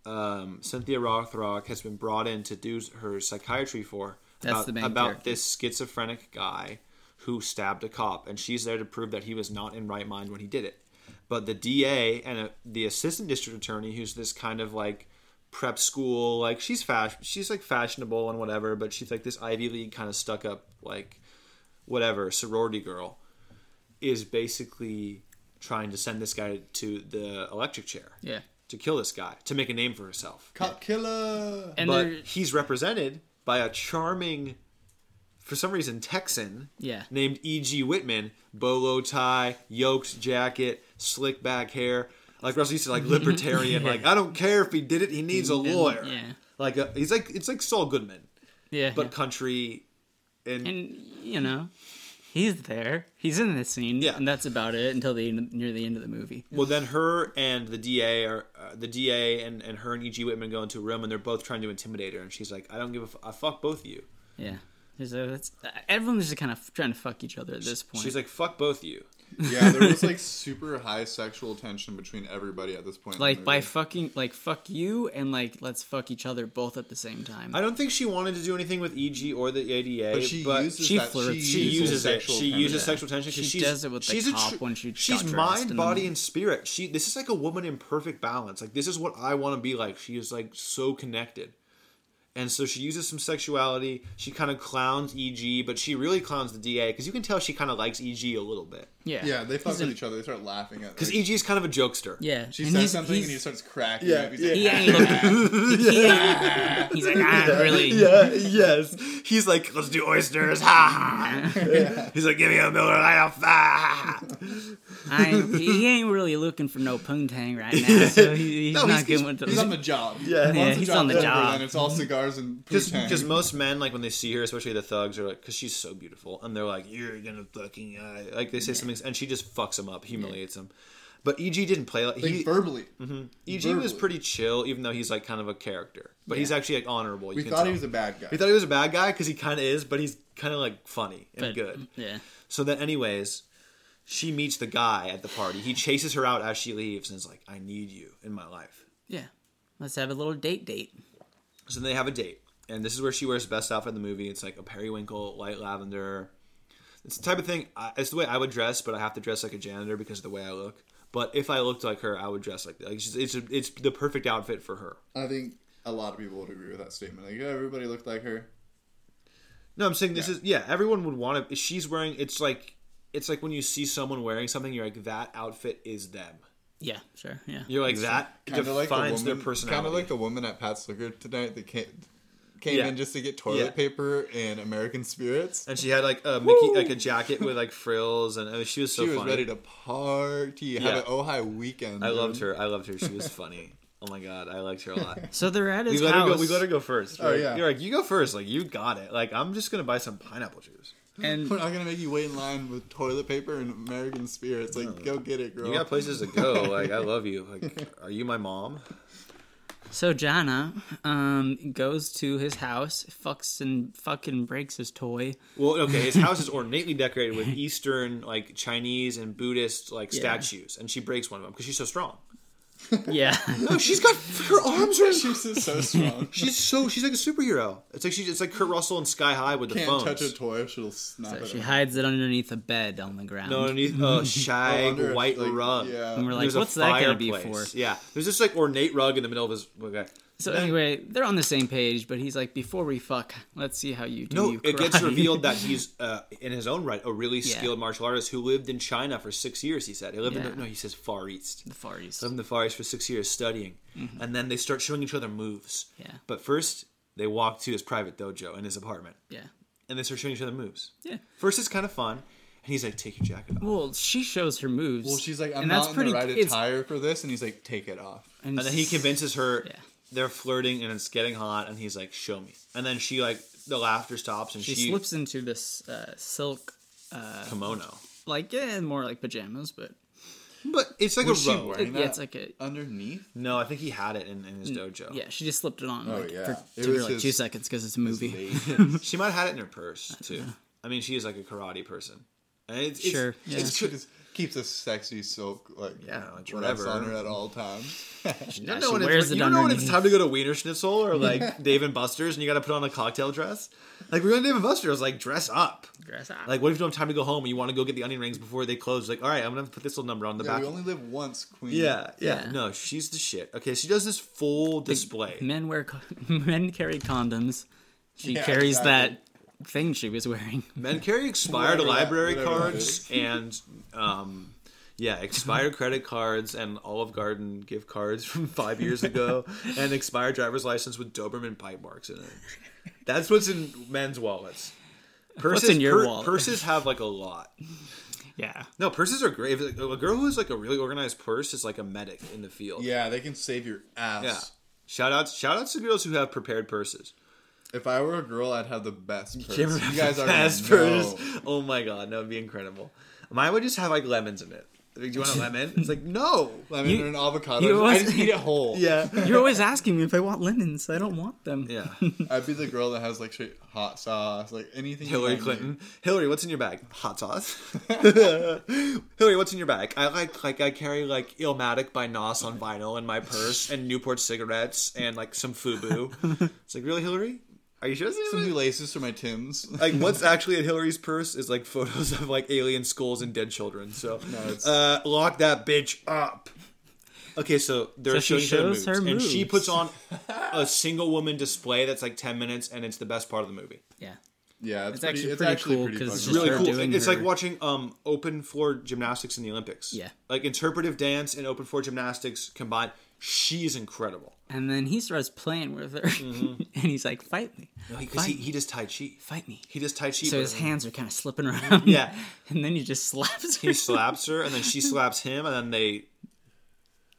[SPEAKER 2] um, Cynthia Rothrock has been brought in to do her psychiatry for
[SPEAKER 1] That's
[SPEAKER 2] about,
[SPEAKER 1] the main
[SPEAKER 2] about
[SPEAKER 1] character.
[SPEAKER 2] this schizophrenic guy who stabbed a cop, and she's there to prove that he was not in right mind when he did it. But the DA and uh the assistant district attorney, who's this kind of like prep school, like she's fashion, she's like fashionable and whatever, but she's like this Ivy League kind of stuck up, like whatever sorority girl is basically trying to send this guy to the electric chair.
[SPEAKER 1] Yeah.
[SPEAKER 2] To kill this guy, to make a name for herself.
[SPEAKER 4] Cop killer.
[SPEAKER 1] And
[SPEAKER 2] but
[SPEAKER 1] there-
[SPEAKER 2] he's represented by a charming, for some reason, Texan
[SPEAKER 1] Yeah.
[SPEAKER 2] named E.G. Whitman. Bolo tie, yoked jacket, slick back hair. Like Russell used to like libertarian. Like I don't care if he did it, he needs a
[SPEAKER 1] didn't-
[SPEAKER 2] lawyer.
[SPEAKER 1] yeah.
[SPEAKER 2] Like a, he's like it's like Saul Goodman,
[SPEAKER 1] Yeah.
[SPEAKER 2] but country. And,
[SPEAKER 1] and you know, he's there. He's in the scene. Yeah. And that's about it until the end, near the end of the movie.
[SPEAKER 2] Well, then her and the DA are uh, the DA and, and her and E.G. Whitman go into a room and they're both trying to intimidate her, and she's like, "I don't give a f- I fuck both of you."
[SPEAKER 1] Yeah. So that's everyone's just kind of trying to fuck each other at this point.
[SPEAKER 2] She's like, "Fuck both of you."
[SPEAKER 4] yeah, there was like super high sexual tension between everybody at this point. in the
[SPEAKER 1] like by
[SPEAKER 4] movie.
[SPEAKER 1] fucking like fuck you and like let's fuck each other both at the same time.
[SPEAKER 2] I don't think she wanted to do anything with E.G. or the ADA,
[SPEAKER 4] But she uses
[SPEAKER 1] She that- flirts.
[SPEAKER 2] She
[SPEAKER 1] she uses
[SPEAKER 2] uses it.
[SPEAKER 1] sexual
[SPEAKER 2] She
[SPEAKER 1] tension.
[SPEAKER 2] uses
[SPEAKER 1] Yeah.
[SPEAKER 2] sexual tension. 'cause
[SPEAKER 1] She
[SPEAKER 2] she's-
[SPEAKER 1] does it with the
[SPEAKER 2] she's a
[SPEAKER 1] cop when she got
[SPEAKER 2] she's
[SPEAKER 1] dressed in
[SPEAKER 2] mind,
[SPEAKER 1] the
[SPEAKER 2] body,
[SPEAKER 1] movie.
[SPEAKER 2] and spirit. She this is like a woman in perfect balance. Like this is what I want to be like. She is like so connected, And so she uses some sexuality. She kind of clowns EG, but she really clowns the DA because you can tell she kind of likes EG a little bit.
[SPEAKER 4] Yeah, yeah, they fuck with each other. They start laughing at
[SPEAKER 2] Because EG is kind of a jokester.
[SPEAKER 1] Yeah,
[SPEAKER 4] She says something and he starts cracking.
[SPEAKER 2] Yeah,
[SPEAKER 4] up. He's
[SPEAKER 2] yeah.
[SPEAKER 4] like,
[SPEAKER 2] He ain't looking- he ain't-
[SPEAKER 1] he's like, "Ah,
[SPEAKER 2] Yeah,
[SPEAKER 1] really?"
[SPEAKER 2] Yeah, yes. He's like, let's do oysters. Ha! ha." He's like, give me a Miller Lite. I'll fa-"
[SPEAKER 1] I ain't, he ain't really looking for no poontang right now, so he, he's
[SPEAKER 4] No,
[SPEAKER 1] not
[SPEAKER 4] he's-
[SPEAKER 1] good with the.
[SPEAKER 4] he's on the job.
[SPEAKER 1] Yeah,
[SPEAKER 4] Once the
[SPEAKER 1] he's
[SPEAKER 4] job's
[SPEAKER 1] on the
[SPEAKER 4] over,
[SPEAKER 1] job.
[SPEAKER 4] then it's all cigars and poontang.
[SPEAKER 2] Because most men, like when they see her, especially the thugs, are like, because she's so beautiful, and they're like, you're gonna fucking uh, like they say something, and she just fucks him up, humiliates him. But EG didn't play like
[SPEAKER 4] Like,
[SPEAKER 2] he
[SPEAKER 4] verbally.
[SPEAKER 2] Mhm. EG was
[SPEAKER 4] Verbally.
[SPEAKER 2] pretty chill, even though he's like kind of a character. But he's
[SPEAKER 4] Yeah.
[SPEAKER 2] actually like honorable. You
[SPEAKER 4] We
[SPEAKER 2] can
[SPEAKER 4] thought he
[SPEAKER 2] tell.
[SPEAKER 4] was a bad guy.
[SPEAKER 2] We thought he was a bad guy because he kind of is, but he's kind of like funny and
[SPEAKER 1] But,
[SPEAKER 2] good.
[SPEAKER 1] Mm-hmm. yeah.
[SPEAKER 2] So then, anyways, she meets the guy at the party. He chases her out as she leaves and is like, "I need you in my life."
[SPEAKER 1] Yeah, let's have a little date date.
[SPEAKER 2] So then they have a date, and this is where she wears the best outfit in the movie. It's like a periwinkle, light lavender. It's the type of thing. I, it's the way I would dress, but I have to dress like a janitor because of the way I look. But if I looked like her, I would dress like that. Like, it's, it's, it's the perfect outfit for her.
[SPEAKER 4] I think a lot of people would agree with that statement. Like, yeah, everybody looked like her.
[SPEAKER 2] No, I'm saying this is yeah. Everyone would want to. She's wearing. It's like it's like when you see someone wearing something, you're like that outfit is them.
[SPEAKER 1] Yeah, sure. Yeah.
[SPEAKER 2] You're like that defines their
[SPEAKER 4] Kind
[SPEAKER 2] personality.
[SPEAKER 4] of like the woman at Pat Slicker tonight that came, came
[SPEAKER 2] Yeah.
[SPEAKER 4] in just to get toilet
[SPEAKER 2] Yeah.
[SPEAKER 4] paper and American Spirits.
[SPEAKER 2] and she had like a Mickey, like a jacket with like frills, and I mean, she was so
[SPEAKER 4] she was
[SPEAKER 2] funny.
[SPEAKER 4] ready to party, have
[SPEAKER 2] Yeah.
[SPEAKER 4] an Ojai weekend.
[SPEAKER 2] I loved
[SPEAKER 4] dude.
[SPEAKER 2] her. I loved her. She was funny. Oh my god, I liked her a lot.
[SPEAKER 1] So they're at
[SPEAKER 2] we
[SPEAKER 1] his
[SPEAKER 2] let her go.
[SPEAKER 1] house.
[SPEAKER 2] We let her go first.
[SPEAKER 4] Oh,
[SPEAKER 2] We're like-
[SPEAKER 4] yeah.
[SPEAKER 2] You're like you go first. Like you got it. Like I'm just gonna buy some pineapple juice.
[SPEAKER 4] We're not gonna make you wait in line with toilet paper and American Spirits. Like, go get it, girl.
[SPEAKER 2] You got places to go. Like I love you. Like are you my mom?
[SPEAKER 1] So Jana um, goes to his house, fucks and fucking breaks his toy.
[SPEAKER 2] Well, okay, his house is ornately decorated with Eastern, like Chinese and Buddhist, like
[SPEAKER 1] Yeah.
[SPEAKER 2] statues, and she breaks one of them because she's so strong.
[SPEAKER 1] yeah.
[SPEAKER 2] No, Oh, she's got her arms are. She's
[SPEAKER 4] so strong.
[SPEAKER 2] she's so she's like a superhero. It's like she's it's like Kurt Russell and Sky High with the
[SPEAKER 4] Can't
[SPEAKER 2] phones.
[SPEAKER 4] touch a toy; she'll snap
[SPEAKER 1] So
[SPEAKER 4] it.
[SPEAKER 1] she hides it underneath a bed on the ground.
[SPEAKER 2] No, underneath a shag
[SPEAKER 4] under a,
[SPEAKER 2] white
[SPEAKER 4] like,
[SPEAKER 2] rug.
[SPEAKER 4] yeah.
[SPEAKER 1] And we're like,
[SPEAKER 2] There's a
[SPEAKER 1] "What's that gonna be
[SPEAKER 2] fireplace."
[SPEAKER 1] for?"
[SPEAKER 2] Yeah, there's this like ornate rug in the middle of his. Okay.
[SPEAKER 1] So
[SPEAKER 2] Then-
[SPEAKER 1] anyway, they're on the same page, but he's like, "Before we fuck, let's see how you do."
[SPEAKER 2] No,
[SPEAKER 1] you
[SPEAKER 2] it gets
[SPEAKER 1] karate."
[SPEAKER 2] revealed that he's uh, in his own right a really
[SPEAKER 1] Yeah.
[SPEAKER 2] skilled martial artist who lived in China for six years. He said he lived in
[SPEAKER 1] Yeah.
[SPEAKER 2] the, no, he says Far East.
[SPEAKER 1] The Far East.
[SPEAKER 4] Um,
[SPEAKER 2] Lived in the Far East for six years studying,
[SPEAKER 1] Mhm.
[SPEAKER 2] and then they start showing each other moves.
[SPEAKER 1] Yeah.
[SPEAKER 2] But first, they walk to his private dojo in his apartment,
[SPEAKER 1] yeah.
[SPEAKER 2] and they start showing each other moves.
[SPEAKER 1] Yeah.
[SPEAKER 2] First, it's kind of fun, and he's like, "Take your jacket off,"
[SPEAKER 1] Well, she shows her moves.
[SPEAKER 4] Well, she's like, I'm
[SPEAKER 1] and
[SPEAKER 4] not
[SPEAKER 1] that's
[SPEAKER 4] in
[SPEAKER 1] pretty.
[SPEAKER 4] the right
[SPEAKER 1] it's-
[SPEAKER 4] attire for this, and he's like, take it off.
[SPEAKER 2] and, then he convinces her they're flirting, and it's getting hot, and he's like, "Show me," and then she like the laughter stops, and
[SPEAKER 1] she,
[SPEAKER 2] she,
[SPEAKER 1] slips into this uh, silk uh,
[SPEAKER 2] Kimono.
[SPEAKER 1] like yeah, more like pajamas, but
[SPEAKER 2] But it's like
[SPEAKER 4] Was
[SPEAKER 2] a
[SPEAKER 4] she
[SPEAKER 2] robe.
[SPEAKER 4] wearing
[SPEAKER 1] yeah,
[SPEAKER 4] that
[SPEAKER 1] it's like a
[SPEAKER 4] underneath.
[SPEAKER 2] No, I think he had it in, in his dojo.
[SPEAKER 1] Mm, yeah. She just slipped it on.
[SPEAKER 4] Oh,
[SPEAKER 1] like,
[SPEAKER 4] yeah.
[SPEAKER 1] for,
[SPEAKER 4] It
[SPEAKER 1] to her,
[SPEAKER 4] was
[SPEAKER 1] like
[SPEAKER 4] his-
[SPEAKER 1] two seconds because it's a movie.
[SPEAKER 2] she might have had it in her purse too. I mean, she is like a karate person. And it's, it's-
[SPEAKER 1] Sure,
[SPEAKER 2] It's,
[SPEAKER 1] yeah.
[SPEAKER 4] She
[SPEAKER 2] cr-
[SPEAKER 4] just keeps a sexy silk like
[SPEAKER 2] Yeah, like
[SPEAKER 4] when I
[SPEAKER 2] whatever.
[SPEAKER 4] saw her at all times.
[SPEAKER 2] You
[SPEAKER 1] Yeah,
[SPEAKER 2] don't
[SPEAKER 1] she
[SPEAKER 2] know when
[SPEAKER 1] wears
[SPEAKER 2] it's,
[SPEAKER 1] it
[SPEAKER 2] you don't know when it's
[SPEAKER 1] underneath.
[SPEAKER 2] time to go to Wiener Schnitzel or like Dave and Buster's, and you got to put on a cocktail dress. Like we're going to Dave and Buster's, like dress up.
[SPEAKER 1] Dress up.
[SPEAKER 2] Like what if you don't have time to go home and you want to go get the onion rings before they close? Like all right, I'm gonna put this little number on the
[SPEAKER 4] yeah,
[SPEAKER 2] back.
[SPEAKER 4] we only live once, Queen.
[SPEAKER 2] yeah, yeah, No, she's the shit. Okay, she does this full display.
[SPEAKER 1] men wear co- men carry condoms. She
[SPEAKER 2] Yeah,
[SPEAKER 1] carries
[SPEAKER 2] exactly.
[SPEAKER 1] that thing she was wearing.
[SPEAKER 2] Men carry expired
[SPEAKER 4] Whatever that-
[SPEAKER 2] library
[SPEAKER 4] whatever that
[SPEAKER 2] cards and um yeah, expired credit cards and Olive Garden gift cards from five years ago, and expired driver's license with Doberman bite marks in it. That's what's in men's wallets.
[SPEAKER 1] What's in your wallet?
[SPEAKER 2] Purses have like a lot.
[SPEAKER 1] Yeah.
[SPEAKER 2] No, purses are great. If, like, a girl who's like a really organized purse is like a medic in the field.
[SPEAKER 4] Yeah, they can save your ass.
[SPEAKER 2] Yeah. Shout outs, shout outs to girls who have prepared purses.
[SPEAKER 4] If I were a girl, I'd have the best purse.
[SPEAKER 2] Can't remember
[SPEAKER 4] You guys
[SPEAKER 2] the
[SPEAKER 4] are
[SPEAKER 2] past
[SPEAKER 4] know.
[SPEAKER 2] verse. Oh my god, that would be incredible. Mine would just have like lemons in it. Like, do you want a lemon? It's like no.
[SPEAKER 4] Lemon
[SPEAKER 1] You-
[SPEAKER 4] and avocado.
[SPEAKER 1] you
[SPEAKER 4] I
[SPEAKER 1] always-
[SPEAKER 4] just eat it whole.
[SPEAKER 2] Yeah.
[SPEAKER 1] You're always asking me if I want lemons. I don't want them.
[SPEAKER 2] Yeah.
[SPEAKER 4] I'd be the girl that has like straight hot sauce, like anything. you
[SPEAKER 2] Hillary
[SPEAKER 4] might
[SPEAKER 2] Clinton. Hillary, what's in your bag? Hot sauce. Hillary, what's in your bag? I like like I carry like Illmatic by Nos on vinyl in my purse and Newport cigarettes and like some Fubu. It's like really Hillary? Are you sure?
[SPEAKER 4] need.
[SPEAKER 2] this
[SPEAKER 4] Some
[SPEAKER 2] is
[SPEAKER 4] new laces for my Tims.
[SPEAKER 2] Like what's actually in Hillary's purse is like photos of like alien skulls and dead children. So
[SPEAKER 4] No, it's-
[SPEAKER 2] uh, lock that bitch up. Okay, so they're
[SPEAKER 1] So she shows
[SPEAKER 2] showing her moves,
[SPEAKER 1] her
[SPEAKER 2] and she
[SPEAKER 1] moves.
[SPEAKER 2] puts on a single woman display that's like ten minutes, and it's the best part of the movie.
[SPEAKER 1] Yeah.
[SPEAKER 4] Yeah,
[SPEAKER 1] it's It's pretty- actually it's pretty actually cool pretty 'cause it's fucking just
[SPEAKER 2] really
[SPEAKER 1] her
[SPEAKER 2] cool.
[SPEAKER 1] doing
[SPEAKER 2] it's
[SPEAKER 1] her-
[SPEAKER 2] like watching um open floor gymnastics in the Olympics.
[SPEAKER 1] Yeah.
[SPEAKER 2] like interpretive dance and open floor gymnastics combined. She's incredible.
[SPEAKER 1] And then he starts playing with her, and he's like, "Fight me!"
[SPEAKER 2] Mm-hmm. No, because
[SPEAKER 1] Fight
[SPEAKER 2] he,
[SPEAKER 1] me."
[SPEAKER 2] he does tai chi.
[SPEAKER 1] Fight me.
[SPEAKER 2] He does tai chi.
[SPEAKER 1] so
[SPEAKER 2] but-
[SPEAKER 1] his hands are kind of slipping around.
[SPEAKER 2] Yeah.
[SPEAKER 1] and then he just slaps her.
[SPEAKER 2] He slaps her, and then she slaps him, and then they.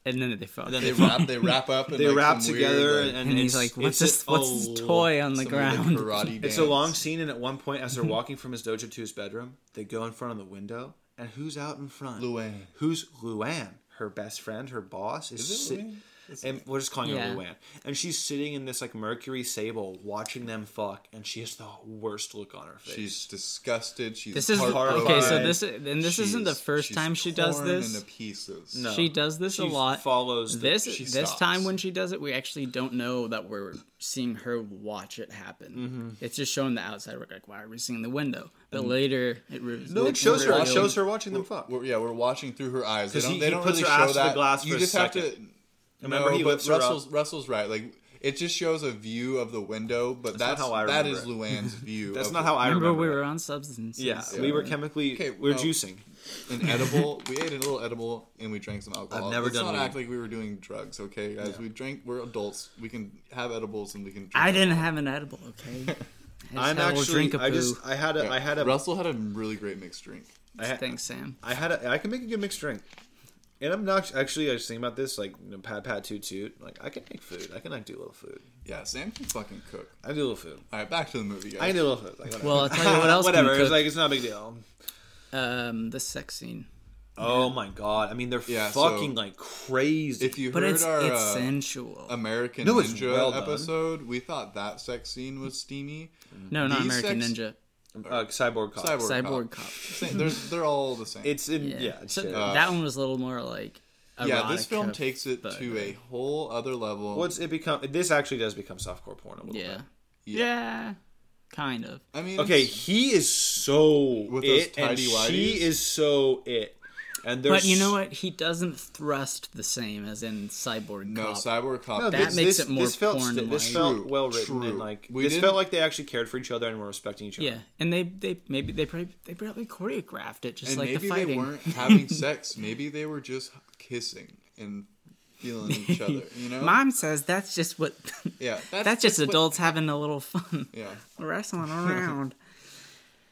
[SPEAKER 1] And then they fuck.
[SPEAKER 2] And then
[SPEAKER 4] They wrap- they wrap up in,
[SPEAKER 2] They
[SPEAKER 4] like,
[SPEAKER 2] wrap
[SPEAKER 4] some
[SPEAKER 2] together,
[SPEAKER 4] weird, like-
[SPEAKER 2] and,
[SPEAKER 4] And he's
[SPEAKER 2] it's-
[SPEAKER 4] like, "What's
[SPEAKER 2] it's
[SPEAKER 1] this-
[SPEAKER 2] a-
[SPEAKER 1] what's this toy on the
[SPEAKER 2] some weird
[SPEAKER 1] ground?"
[SPEAKER 4] karate
[SPEAKER 2] It's a long
[SPEAKER 4] dance.
[SPEAKER 2] scene, and at one point, as they're walking from his dojo to his bedroom, they go in front of the window, and who's out in front?
[SPEAKER 4] Luann.
[SPEAKER 2] Who's Luann? Her best friend, her boss is.
[SPEAKER 4] Is it
[SPEAKER 2] sit-
[SPEAKER 4] Luann? It's-
[SPEAKER 2] and we're just calling
[SPEAKER 4] Yeah.
[SPEAKER 2] her Luann, and she's sitting in this like mercury sable, watching them fuck, and she has the worst look on her face.
[SPEAKER 4] She's disgusted. She's
[SPEAKER 1] This is
[SPEAKER 4] heartbroken.
[SPEAKER 1] okay. So this and this isn't the
[SPEAKER 4] She's-
[SPEAKER 1] first
[SPEAKER 4] she's
[SPEAKER 1] time she does
[SPEAKER 4] torn
[SPEAKER 1] this.
[SPEAKER 4] into pieces.
[SPEAKER 1] She does this a lot.
[SPEAKER 2] Follows the-
[SPEAKER 1] this
[SPEAKER 2] she
[SPEAKER 1] this
[SPEAKER 2] stops.
[SPEAKER 1] time when she does it, we actually don't know that we're seeing her watch it happen.
[SPEAKER 4] Mm-hmm.
[SPEAKER 1] It's just showing the outside. We're like, why are we seeing the window? But
[SPEAKER 4] And-
[SPEAKER 1] later, it re-
[SPEAKER 4] Mm-hmm. No, it
[SPEAKER 1] it
[SPEAKER 4] shows her- it
[SPEAKER 1] reveals-
[SPEAKER 4] shows
[SPEAKER 2] her watching them fuck.
[SPEAKER 4] We're, yeah, we're watching through her eyes. They
[SPEAKER 2] 'Cause
[SPEAKER 4] don't,
[SPEAKER 2] he-
[SPEAKER 4] they
[SPEAKER 2] he
[SPEAKER 4] don't
[SPEAKER 2] puts
[SPEAKER 4] really
[SPEAKER 2] her ass
[SPEAKER 4] show
[SPEAKER 2] to the
[SPEAKER 4] that.
[SPEAKER 2] glass
[SPEAKER 4] you
[SPEAKER 2] for a
[SPEAKER 4] just have to.
[SPEAKER 2] second. Remember,
[SPEAKER 4] no,
[SPEAKER 2] he
[SPEAKER 4] but
[SPEAKER 2] lifts her up.
[SPEAKER 4] Russell's Russell's right. Like it just shows a view of the window, but
[SPEAKER 2] That's not
[SPEAKER 4] that's,
[SPEAKER 2] how I
[SPEAKER 4] that is
[SPEAKER 2] remember it.
[SPEAKER 4] Luann's view.
[SPEAKER 2] That's
[SPEAKER 4] of
[SPEAKER 2] not
[SPEAKER 4] the-
[SPEAKER 2] how I
[SPEAKER 1] Remember,
[SPEAKER 2] remember
[SPEAKER 1] we
[SPEAKER 2] it.
[SPEAKER 1] were on substances.
[SPEAKER 2] Yeah, we were chemically
[SPEAKER 4] Okay,
[SPEAKER 2] we are
[SPEAKER 4] well,
[SPEAKER 2] juicing.
[SPEAKER 4] An edible. we ate a little edible and we drank some alcohol.
[SPEAKER 2] never
[SPEAKER 4] Let's
[SPEAKER 2] done
[SPEAKER 4] not
[SPEAKER 2] weed.
[SPEAKER 4] act like we were doing drugs, okay, guys?
[SPEAKER 2] Yeah.
[SPEAKER 4] We drank. We're adults. We can have edibles and we can. Drink
[SPEAKER 1] I didn't have an edible. Okay. I just
[SPEAKER 2] I'm
[SPEAKER 1] had a little
[SPEAKER 2] actually-
[SPEAKER 1] drink of
[SPEAKER 2] I just-
[SPEAKER 1] poo.
[SPEAKER 2] I had a-
[SPEAKER 4] Yeah.
[SPEAKER 2] I had a-
[SPEAKER 4] Russell had a really great mixed drink.
[SPEAKER 2] I ha-
[SPEAKER 1] Thanks, Sam.
[SPEAKER 2] I had a, I can make a good mixed drink. And I'm not actually I was thinking about this like you know, pat pat toot toot like I can make food. I can like do a little food.
[SPEAKER 4] Yeah, Sam can fucking cook.
[SPEAKER 2] I do a little food.
[SPEAKER 4] All right, back to the movie. Guys.
[SPEAKER 2] I can do a little food. Like, whatever.
[SPEAKER 1] Well, I'll tell you what else.
[SPEAKER 2] whatever.
[SPEAKER 1] Can
[SPEAKER 2] It's
[SPEAKER 1] cook.
[SPEAKER 2] like it's not a big deal.
[SPEAKER 1] Um, the sex scene.
[SPEAKER 2] Oh my god! I mean, they're
[SPEAKER 4] Yeah, so-
[SPEAKER 2] fucking like crazy.
[SPEAKER 4] If you
[SPEAKER 1] But
[SPEAKER 4] heard
[SPEAKER 1] it's-
[SPEAKER 4] our
[SPEAKER 1] it's
[SPEAKER 4] uh,
[SPEAKER 1] sensual.
[SPEAKER 4] American
[SPEAKER 2] No, it's
[SPEAKER 4] Ninja
[SPEAKER 2] well done.
[SPEAKER 4] episode, we thought that sex scene was steamy.
[SPEAKER 1] No, not
[SPEAKER 4] These
[SPEAKER 1] American
[SPEAKER 4] sex-
[SPEAKER 1] Ninja.
[SPEAKER 2] uh, cyborg cops.
[SPEAKER 4] Cyborg,
[SPEAKER 1] Cyborg
[SPEAKER 4] cop.
[SPEAKER 1] Cop.
[SPEAKER 4] Same- they're, they're all the same.
[SPEAKER 2] It's in yeah. it's
[SPEAKER 1] So
[SPEAKER 2] shit. Uh,
[SPEAKER 1] that one was a little more like.
[SPEAKER 4] yeah,
[SPEAKER 1] erotica,
[SPEAKER 4] this film takes it
[SPEAKER 1] but-
[SPEAKER 4] to a whole other level.
[SPEAKER 2] What's it become? This actually does become softcore porn a little
[SPEAKER 1] Yeah.
[SPEAKER 2] bit.
[SPEAKER 1] yeah. Kind of.
[SPEAKER 4] I mean,
[SPEAKER 2] Okay,
[SPEAKER 4] it's-
[SPEAKER 2] he is so
[SPEAKER 4] With those
[SPEAKER 2] it, and
[SPEAKER 4] tighty-whities?
[SPEAKER 2] she is so it. And there's
[SPEAKER 1] But you know what? He doesn't thrust the same as in Cyborg
[SPEAKER 4] no
[SPEAKER 1] Cop.
[SPEAKER 4] cyborg cop.
[SPEAKER 1] No, That this- makes it more
[SPEAKER 2] this felt
[SPEAKER 1] porn
[SPEAKER 2] sti- this
[SPEAKER 1] like.
[SPEAKER 2] felt
[SPEAKER 4] True,
[SPEAKER 2] well written
[SPEAKER 4] true.
[SPEAKER 2] and like
[SPEAKER 4] We
[SPEAKER 2] this
[SPEAKER 4] didn't-
[SPEAKER 2] felt like they actually cared for each other and were respecting each other.
[SPEAKER 1] Yeah, and they they maybe they probably they probably choreographed it just
[SPEAKER 4] and
[SPEAKER 1] like
[SPEAKER 4] maybe
[SPEAKER 1] the fighting.
[SPEAKER 4] they weren't having sex. Maybe they were just kissing and feeling each other. You know?
[SPEAKER 1] Mom says that's just what.
[SPEAKER 4] Yeah,
[SPEAKER 1] that's,
[SPEAKER 4] that's-
[SPEAKER 1] just
[SPEAKER 4] that's what-
[SPEAKER 1] adults having a little fun.
[SPEAKER 4] Yeah.
[SPEAKER 1] wrestling around.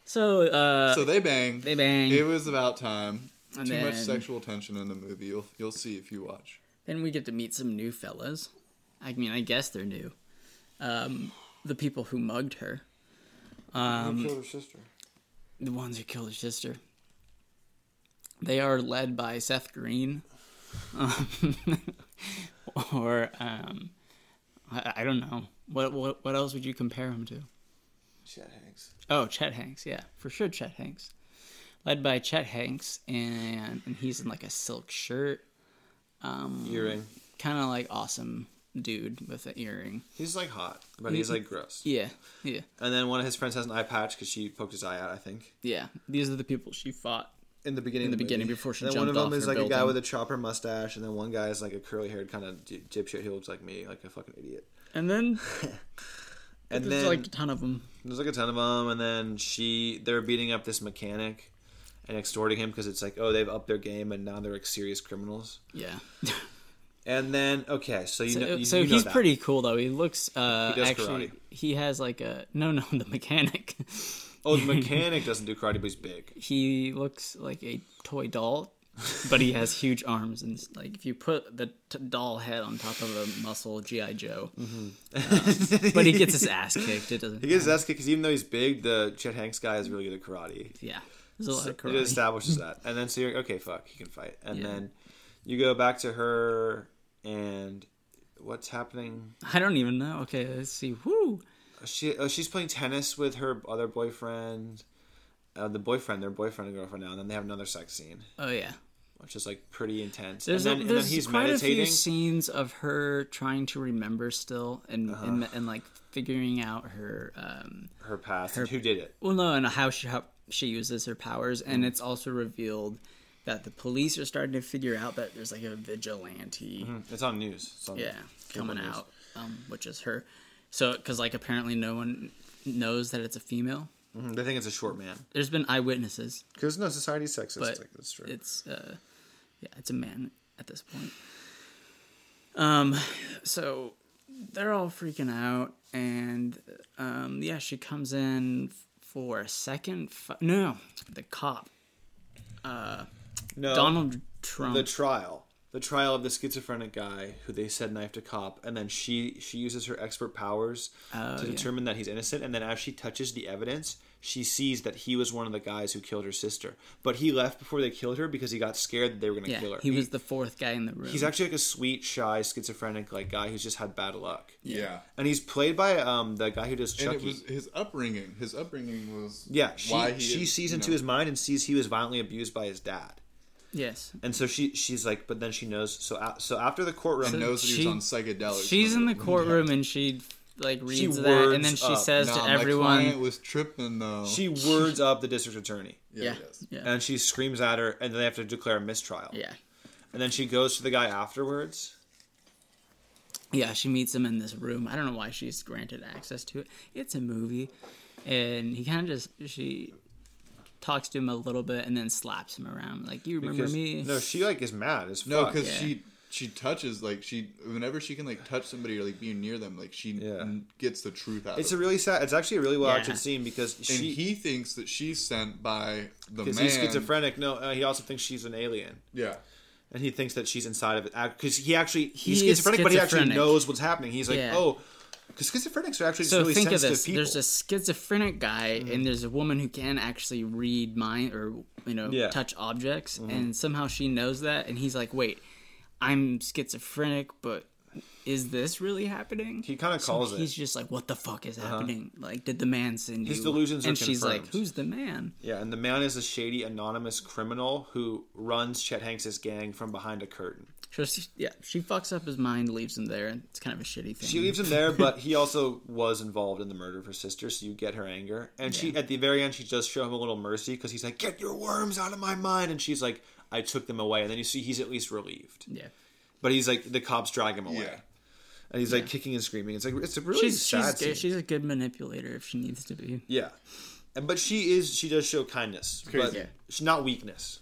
[SPEAKER 1] so uh,
[SPEAKER 4] so they bang.
[SPEAKER 1] they bang.
[SPEAKER 4] It was about time.
[SPEAKER 1] And
[SPEAKER 4] Too much
[SPEAKER 1] then-
[SPEAKER 4] sexual tension in the movie. You'll you'll see if you watch.
[SPEAKER 1] Then we get to meet some new fellas. I mean, I guess they're new. Um, the people who mugged her, um,
[SPEAKER 2] her sister.
[SPEAKER 1] the ones who killed her sister. They are led by Seth Green, um, or um, I, I don't know what what what else would you compare him to?
[SPEAKER 2] Chet Hanks.
[SPEAKER 1] Oh, Chet Hanks, yeah, for sure, Chet Hanks, led by Chet Hanks, and, and he's in like a silk shirt, um,
[SPEAKER 2] Earring.
[SPEAKER 1] kind of like awesome dude with an earring.
[SPEAKER 2] He's like hot, but he's like gross.
[SPEAKER 1] Yeah, yeah,
[SPEAKER 2] And then one of his friends has an eye patch because she poked his eye out. I think
[SPEAKER 1] yeah. These are the people she fought.
[SPEAKER 2] in the beginning.
[SPEAKER 1] In
[SPEAKER 2] of
[SPEAKER 1] the beginning,
[SPEAKER 2] movie.
[SPEAKER 1] before she
[SPEAKER 2] And then
[SPEAKER 1] jumped
[SPEAKER 2] one of them
[SPEAKER 1] off
[SPEAKER 2] is
[SPEAKER 1] her
[SPEAKER 2] like a guy
[SPEAKER 1] building.
[SPEAKER 2] with a chopper mustache, and then one guy is like a curly haired kind of dipshit who looks like me, like a fucking idiot.
[SPEAKER 1] And then
[SPEAKER 2] And
[SPEAKER 1] there's
[SPEAKER 2] then
[SPEAKER 1] like a ton of them.
[SPEAKER 2] There's like a ton of them, and then she they're beating up this mechanic and extorting him because it's like, oh, they've upped their game and now they're like serious criminals.
[SPEAKER 1] Yeah.
[SPEAKER 2] And then okay, so you
[SPEAKER 1] So, uh,
[SPEAKER 2] know, you,
[SPEAKER 1] so
[SPEAKER 2] you know
[SPEAKER 1] he's
[SPEAKER 2] that.
[SPEAKER 1] pretty cool though. He looks uh
[SPEAKER 2] He does
[SPEAKER 1] actually
[SPEAKER 2] karate.
[SPEAKER 1] he has like a no no the mechanic.
[SPEAKER 2] Oh, the mechanic doesn't do karate, but he's big.
[SPEAKER 1] he looks like a toy doll, but he has huge arms and like if you put the t- doll head on top of a muscle GI Joe, um, but he gets his ass kicked. It doesn't.
[SPEAKER 2] Mm-hmm. He gets his ass kicked because even though he's big, the Chet Hanks guy is really good at karate.
[SPEAKER 1] Yeah, there's a lot
[SPEAKER 2] So
[SPEAKER 1] of
[SPEAKER 2] It
[SPEAKER 1] karate.
[SPEAKER 2] establishes that, and then so you're okay. Fuck, he can fight, and
[SPEAKER 1] Yeah.
[SPEAKER 2] then you go back to her, and what's happening?
[SPEAKER 1] I don't even know. Okay, let's see. Woo.
[SPEAKER 2] She oh, she's playing tennis with her other boyfriend, uh, the boyfriend, their boyfriend and girlfriend now, and then they have another sex scene,
[SPEAKER 1] Oh yeah.
[SPEAKER 2] which is like pretty intense.
[SPEAKER 1] There's,
[SPEAKER 2] and then,
[SPEAKER 1] a,
[SPEAKER 2] and then
[SPEAKER 1] there's
[SPEAKER 2] he's
[SPEAKER 1] quite a few
[SPEAKER 2] meditating.
[SPEAKER 1] scenes of her trying to remember still and
[SPEAKER 2] Uh-huh.
[SPEAKER 1] and, and like figuring out her um
[SPEAKER 2] her past and who did it. Mm.
[SPEAKER 1] well no and how she how she uses her powers and it's also revealed that the police are starting to figure out that there's like a vigilante.
[SPEAKER 2] Mhm. It's on news. It's on
[SPEAKER 1] yeah,
[SPEAKER 2] cable
[SPEAKER 1] coming
[SPEAKER 2] news.
[SPEAKER 1] out, um, which is her. So, because like apparently no one knows that it's a female.
[SPEAKER 2] Mhm, They think it's a short man.
[SPEAKER 1] There's been eyewitnesses.
[SPEAKER 2] Because no, society's sexist.
[SPEAKER 1] But
[SPEAKER 2] Like, that's true.
[SPEAKER 1] It's uh, yeah, it's a man at this point. Um, so they're all freaking out, and um, yeah, she comes in for a second. Fi- no, the cop. Uh,
[SPEAKER 2] No.
[SPEAKER 1] Donald Trump.
[SPEAKER 2] Oh, The trial. The trial of the schizophrenic guy who they said knifed a cop, and then she she uses her expert powers
[SPEAKER 1] Oh,
[SPEAKER 2] to
[SPEAKER 1] yeah.
[SPEAKER 2] determine that he's innocent. And then as she touches the evidence, she sees that he was one of the guys who killed her sister. But he left before they killed her because he got scared that they were going to
[SPEAKER 1] yeah,
[SPEAKER 2] kill her.
[SPEAKER 1] he was the fourth guy in the room.
[SPEAKER 2] He's actually like a sweet, shy, schizophrenic like guy who's just had bad luck.
[SPEAKER 4] Yeah.
[SPEAKER 2] and he's played by um the guy who does
[SPEAKER 4] And
[SPEAKER 2] Chucky.
[SPEAKER 4] it was his upbringing. His upbringing was
[SPEAKER 2] yeah, she
[SPEAKER 4] why he
[SPEAKER 2] she
[SPEAKER 4] is,
[SPEAKER 2] sees
[SPEAKER 4] you
[SPEAKER 2] into
[SPEAKER 4] know.
[SPEAKER 2] his mind and sees he was violently abused by his dad.
[SPEAKER 1] yes.
[SPEAKER 2] And so she she's like, but then she knows. So a so after the courtroom,
[SPEAKER 1] So she- She's in the courtroom and she like reads
[SPEAKER 2] She
[SPEAKER 1] that, and
[SPEAKER 2] words
[SPEAKER 1] then she
[SPEAKER 2] up.
[SPEAKER 1] says
[SPEAKER 2] Nah,
[SPEAKER 1] to
[SPEAKER 2] my
[SPEAKER 1] everyone,
[SPEAKER 2] client
[SPEAKER 4] was tripping though.
[SPEAKER 2] She words up the district attorney.
[SPEAKER 1] Yeah, Yeah. yeah.
[SPEAKER 2] And she screams at her, and then they have to declare a mistrial.
[SPEAKER 1] Yeah.
[SPEAKER 2] And then she goes to the guy afterwards.
[SPEAKER 1] Yeah, she meets him in this room. I don't know why she's granted access to it. It's a movie. And he kind of just, she talks to him a little bit and then slaps him around. Like, you remember
[SPEAKER 2] Because-
[SPEAKER 1] me?
[SPEAKER 2] No, she like is mad as fuck.
[SPEAKER 4] No, because
[SPEAKER 1] Yeah.
[SPEAKER 4] she she touches like she whenever she can like touch somebody or like be near them, like she n- gets the truth out.
[SPEAKER 2] It's a
[SPEAKER 4] of
[SPEAKER 2] really sad. It's actually a really well acted
[SPEAKER 4] Yeah.
[SPEAKER 2] scene because
[SPEAKER 4] And
[SPEAKER 2] she
[SPEAKER 4] he thinks that she's sent by the man.
[SPEAKER 2] because he's schizophrenic. No, uh, he also thinks she's an alien.
[SPEAKER 4] Yeah.
[SPEAKER 2] And he thinks that she's inside of it because he actually he's
[SPEAKER 1] He is
[SPEAKER 2] schizophrenic, but he actually
[SPEAKER 1] schizophrenic.
[SPEAKER 2] knows what's happening. He's like,
[SPEAKER 1] Yeah.
[SPEAKER 2] oh, because schizophrenics are actually just
[SPEAKER 1] so
[SPEAKER 2] really
[SPEAKER 1] think of
[SPEAKER 2] sensitive
[SPEAKER 1] this:
[SPEAKER 2] people. Mm-hmm.
[SPEAKER 1] there's a schizophrenic guy, and there's a woman who can actually read mind or you know
[SPEAKER 2] Yeah.
[SPEAKER 1] touch objects,
[SPEAKER 2] Mhm.
[SPEAKER 1] and somehow she knows that, and he's like, "Wait, I'm schizophrenic, but is this really happening?"
[SPEAKER 2] He kinda calls it.
[SPEAKER 1] He's just like, "What the fuck is
[SPEAKER 2] Uh-huh.
[SPEAKER 1] happening? Like, did the man send you?"
[SPEAKER 2] His delusions are
[SPEAKER 1] And she's like,
[SPEAKER 2] confirmed.
[SPEAKER 1] "Who's the man?"
[SPEAKER 2] Yeah, and the man is a shady anonymous criminal who runs Chet Hanks' gang from behind a curtain.
[SPEAKER 1] So she, yeah, she fucks up his mind, leaves him there, and it's kind of a shitty thing.
[SPEAKER 2] She leaves him there, but he also was involved in the murder of her sister, so you get her anger. And she at the very end she does show him a little mercy because he's like, "Get your worms out of my mind," and she's like, "I took them away." And then you see he's at least relieved.
[SPEAKER 1] Yeah.
[SPEAKER 2] But he's like the cops drag him away.
[SPEAKER 1] Yeah.
[SPEAKER 2] And he's like kicking and screaming. It's like it's a really
[SPEAKER 1] she's
[SPEAKER 2] sad
[SPEAKER 1] she's,
[SPEAKER 2] scene.
[SPEAKER 1] good- she's a good manipulator if she needs to be.
[SPEAKER 2] Yeah. And but she is she does show kindness, but
[SPEAKER 1] Yeah.
[SPEAKER 2] she's not weakness.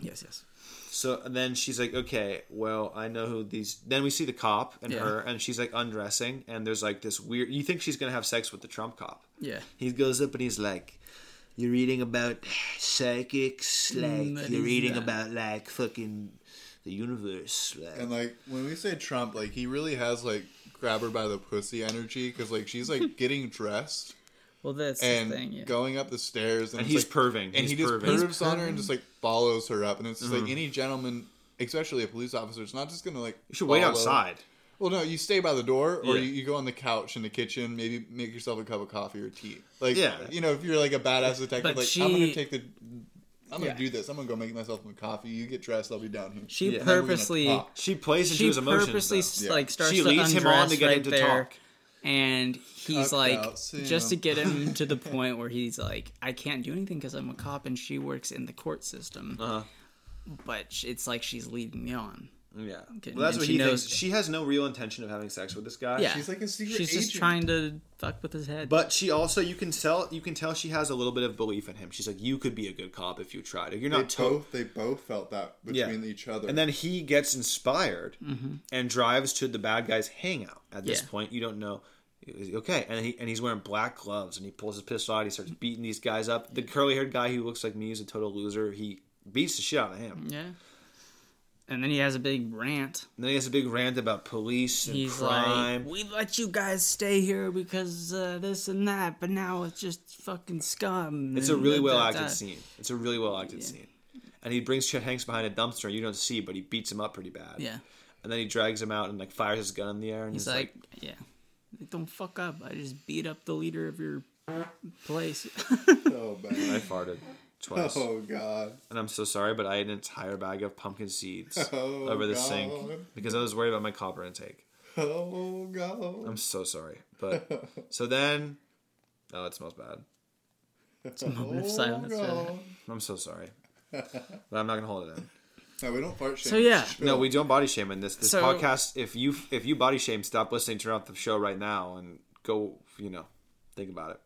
[SPEAKER 1] Yes, yes.
[SPEAKER 2] So and then she's like, okay, well, I know who these. Then we see the cop and
[SPEAKER 1] Yeah.
[SPEAKER 2] her, and she's like undressing, and there's like this weird. You think she's gonna have sex with the Trump cop?
[SPEAKER 1] Yeah.
[SPEAKER 2] He goes up and he's like, "You're reading about psychics,
[SPEAKER 4] Mm,
[SPEAKER 2] like
[SPEAKER 4] that
[SPEAKER 2] you're
[SPEAKER 4] is
[SPEAKER 2] reading
[SPEAKER 4] that.
[SPEAKER 2] about like fucking the universe." Like.
[SPEAKER 4] And like when we say Trump, like he really has like grab her by the pussy energy because like she's like getting dressed.
[SPEAKER 1] Well, that's the
[SPEAKER 4] and
[SPEAKER 1] thing, yeah.
[SPEAKER 4] going up the stairs, and,
[SPEAKER 2] And
[SPEAKER 4] it's,
[SPEAKER 2] he's
[SPEAKER 4] like-
[SPEAKER 2] perving.
[SPEAKER 4] and
[SPEAKER 2] He's
[SPEAKER 4] he just
[SPEAKER 2] perving.
[SPEAKER 4] pervs on her
[SPEAKER 2] Perving.
[SPEAKER 4] and just like follows her up, and it's just
[SPEAKER 2] Mhm.
[SPEAKER 4] like any gentleman, especially a police officer, is not just gonna like
[SPEAKER 2] You should wait outside.
[SPEAKER 4] Well, no, you stay by the door, or
[SPEAKER 2] Yeah.
[SPEAKER 4] you, you go on the couch in the kitchen, maybe make yourself a cup of coffee or tea. Like,
[SPEAKER 2] Yeah.
[SPEAKER 4] you know, if you're like a badass detective,
[SPEAKER 1] But
[SPEAKER 4] like I'm gonna
[SPEAKER 1] she-
[SPEAKER 4] take the. I'm gonna
[SPEAKER 1] Yeah.
[SPEAKER 4] do this. I'm gonna go make myself some coffee. You get dressed. I'll be down here.
[SPEAKER 1] She
[SPEAKER 4] And then we're gonna
[SPEAKER 1] purposely
[SPEAKER 4] talk.
[SPEAKER 2] She plays into his emotions,
[SPEAKER 1] Purposely
[SPEAKER 2] though. Yeah.
[SPEAKER 1] like starts
[SPEAKER 2] She
[SPEAKER 1] to
[SPEAKER 2] leads
[SPEAKER 1] undress
[SPEAKER 2] him on to get
[SPEAKER 1] right
[SPEAKER 2] him to
[SPEAKER 1] there,
[SPEAKER 2] talk.
[SPEAKER 1] and he's
[SPEAKER 2] Cucked
[SPEAKER 1] like
[SPEAKER 2] out, see
[SPEAKER 1] just to
[SPEAKER 2] him.
[SPEAKER 1] get him to the point where he's like, I can't do anything because I'm a cop and she works in the court system.
[SPEAKER 2] Uh-huh.
[SPEAKER 1] But sh- it's like she's leading me on.
[SPEAKER 2] Yeah,
[SPEAKER 1] Okay,
[SPEAKER 2] well, that's
[SPEAKER 1] and
[SPEAKER 2] what
[SPEAKER 1] she
[SPEAKER 2] he
[SPEAKER 1] knows-
[SPEAKER 2] thinks. She has no real intention of having sex with this guy.
[SPEAKER 1] yeah, She's just trying to fuck with his head.
[SPEAKER 2] But she also you can tell you can tell she has a little bit of belief in him. She's like, you could be a good cop if you tried. You're not
[SPEAKER 4] they
[SPEAKER 2] to-
[SPEAKER 4] both they both felt that
[SPEAKER 2] Yeah.
[SPEAKER 4] between each other.
[SPEAKER 2] And then he gets inspired
[SPEAKER 1] Mm-hmm.
[SPEAKER 4] Mhm.
[SPEAKER 2] and drives to the bad guy's hangout. At this
[SPEAKER 4] Yeah.
[SPEAKER 2] point, you don't know. is he Okay, and he and he's wearing black gloves, and he pulls his pistol out. He starts beating these guys up. The curly haired guy who looks like me is a total loser. He beats the shit out of him.
[SPEAKER 1] yeah. And then he has a big rant.
[SPEAKER 2] And then he has a big rant about police and
[SPEAKER 1] He's
[SPEAKER 2] crime.
[SPEAKER 1] like, we let you guys stay here because uh, this and that, but now it's just fucking scum.
[SPEAKER 2] It's a
[SPEAKER 1] and
[SPEAKER 2] really
[SPEAKER 1] da-
[SPEAKER 2] well
[SPEAKER 1] da-
[SPEAKER 2] acted
[SPEAKER 1] da."
[SPEAKER 2] scene. It's a really well acted scene. And he brings Chet Hanks behind a dumpster. You don't see, but he beats him up pretty bad.
[SPEAKER 1] Yeah.
[SPEAKER 2] And then he drags him out and like fires his gun in the air. And
[SPEAKER 1] He's like, yeah, Like, don't fuck up. I just beat up the leader of your place.
[SPEAKER 4] oh man,
[SPEAKER 2] I farted twice.
[SPEAKER 4] Oh, God.
[SPEAKER 2] And I'm so sorry, but I had an entire bag of pumpkin seeds
[SPEAKER 4] Oh,
[SPEAKER 2] over the
[SPEAKER 4] God.
[SPEAKER 2] sink because I was worried about my copper intake.
[SPEAKER 4] Oh god.
[SPEAKER 2] I'm so sorry. But so then, oh, it smells bad.
[SPEAKER 4] Oh,
[SPEAKER 1] It's a moment of silence. for that.
[SPEAKER 2] I'm so sorry. but I'm not gonna hold it in.
[SPEAKER 4] No, we don't fart shame.
[SPEAKER 1] So, yeah.
[SPEAKER 2] No, we don't body shame in this this
[SPEAKER 1] So-
[SPEAKER 2] podcast. If you if you body shame, stop listening. Turn off the show right now and go. You know, think about it.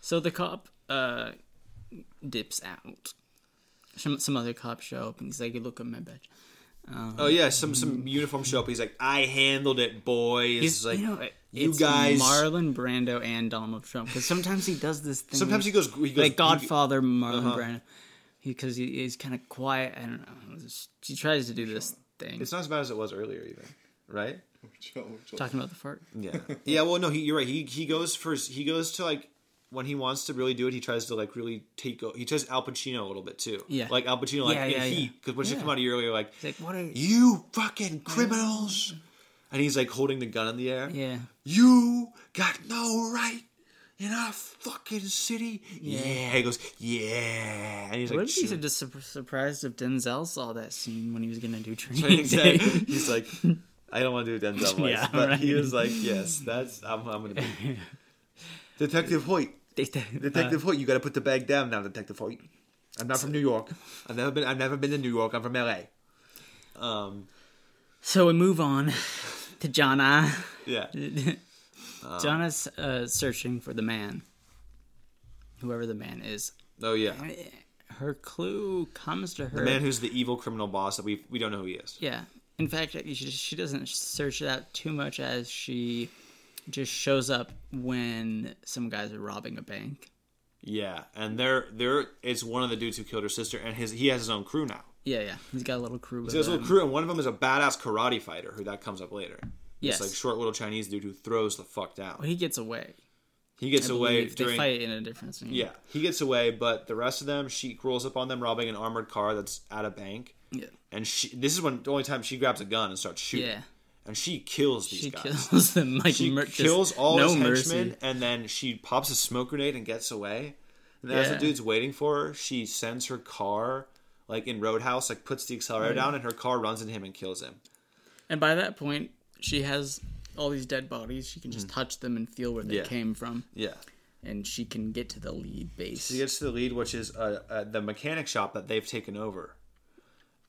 [SPEAKER 1] So the cop uh, dips out. Some, some other cop show up and he's like, "You look at my badge." Um,
[SPEAKER 2] Oh yeah, some some uniform show up. He's like, I handled it, boys.
[SPEAKER 1] He's-
[SPEAKER 2] like
[SPEAKER 1] you know,
[SPEAKER 2] you
[SPEAKER 1] it's
[SPEAKER 2] guys.
[SPEAKER 1] Marlon Brando and Donald Trump. Because sometimes he does this thing.
[SPEAKER 2] Sometimes he goes- he goes-
[SPEAKER 1] like Godfather Marlon
[SPEAKER 2] Uh-huh.
[SPEAKER 1] Brando, because he, he's kind of quiet. I don't know. It's- He tries to do this thing.
[SPEAKER 2] it's not as bad as it was earlier, even. Right?
[SPEAKER 1] Talking about the fart.
[SPEAKER 2] Yeah. yeah. Well, no, he, you're right. He he goes first. He goes to like when he wants to really do it. He tries to like really take. o- He tries Al Pacino a little bit too.
[SPEAKER 1] Yeah.
[SPEAKER 2] Like Al Pacino, like
[SPEAKER 1] Yeah,
[SPEAKER 2] in
[SPEAKER 1] yeah, yeah.
[SPEAKER 2] Heat, because when she
[SPEAKER 1] Yeah.
[SPEAKER 2] come out of you earlier, like
[SPEAKER 1] He's like, "What are you?"
[SPEAKER 2] you fucking criminals, and he's like holding the gun in the air.
[SPEAKER 1] Yeah.
[SPEAKER 2] You got no right in our fucking city. Yeah.
[SPEAKER 1] Yeah.
[SPEAKER 2] He goes, yeah. And he's
[SPEAKER 1] What
[SPEAKER 2] like,
[SPEAKER 1] if he's
[SPEAKER 2] shooting.
[SPEAKER 1] just sur- surprised if Denzel saw that scene when he was gonna do training
[SPEAKER 2] Training
[SPEAKER 1] day?
[SPEAKER 2] Day. He's like, I don't want to do a Denzel voice,
[SPEAKER 1] Yeah,
[SPEAKER 2] but he
[SPEAKER 1] right.
[SPEAKER 2] was like, yes, that's I'm, I'm gonna be Detective Hoyt.
[SPEAKER 1] uh,
[SPEAKER 2] Detective Hoyt, you got to put the bag down now, Detective Hoyt. I'm not from New York. I've never been. I've never been to New York. I'm from L.A. Um,
[SPEAKER 1] So we move on to Jonna.
[SPEAKER 2] Yeah.
[SPEAKER 1] Jonna's uh, searching for the man, whoever the man is.
[SPEAKER 2] oh yeah,
[SPEAKER 1] Her clue comes to her.
[SPEAKER 2] the man who's the evil criminal boss that we we don't know who he is.
[SPEAKER 1] Yeah. In fact, she, she doesn't search it out too much as she just shows up when some guys are robbing a bank.
[SPEAKER 2] Yeah, and there there it's one of the dudes who killed her sister, and his he has his own crew now.
[SPEAKER 1] Yeah, yeah. He's got a little crew. with
[SPEAKER 2] He's got his little
[SPEAKER 1] him.
[SPEAKER 2] crew, and one of them is a badass karate fighter who that comes up later.
[SPEAKER 1] Yes.
[SPEAKER 2] It's like short little Chinese dude who throws the fuck down.
[SPEAKER 1] Well, he gets away.
[SPEAKER 2] He gets
[SPEAKER 1] I
[SPEAKER 2] away
[SPEAKER 1] believe.
[SPEAKER 2] during
[SPEAKER 1] They fight in a different scene.
[SPEAKER 2] Yeah, he gets away, but the rest of them, she rolls up on them, robbing an armored car that's at a bank.
[SPEAKER 1] Yeah.
[SPEAKER 2] And she, this is when the only time she grabs a gun and starts shooting.
[SPEAKER 1] Yeah.
[SPEAKER 2] And she kills these
[SPEAKER 1] She
[SPEAKER 2] guys.
[SPEAKER 1] kills them like
[SPEAKER 2] she
[SPEAKER 1] mer- just
[SPEAKER 2] kills all
[SPEAKER 1] no
[SPEAKER 2] his
[SPEAKER 1] mercy.
[SPEAKER 2] henchmen, and then she pops a smoke grenade and gets away. And as the
[SPEAKER 1] Yeah.
[SPEAKER 2] dude's waiting for her, she sends her car, like in Roadhouse, like puts the accelerator
[SPEAKER 1] Oh, yeah.
[SPEAKER 2] down, and her car runs into him and kills him.
[SPEAKER 1] And by that point, she has all these dead bodies. She can just touch them and feel where they
[SPEAKER 2] Mm. Yeah.
[SPEAKER 1] came from.
[SPEAKER 2] Yeah.
[SPEAKER 1] And she can get to the lead base.
[SPEAKER 2] She gets to the lead, which is uh, uh, the mechanic shop that they've taken over.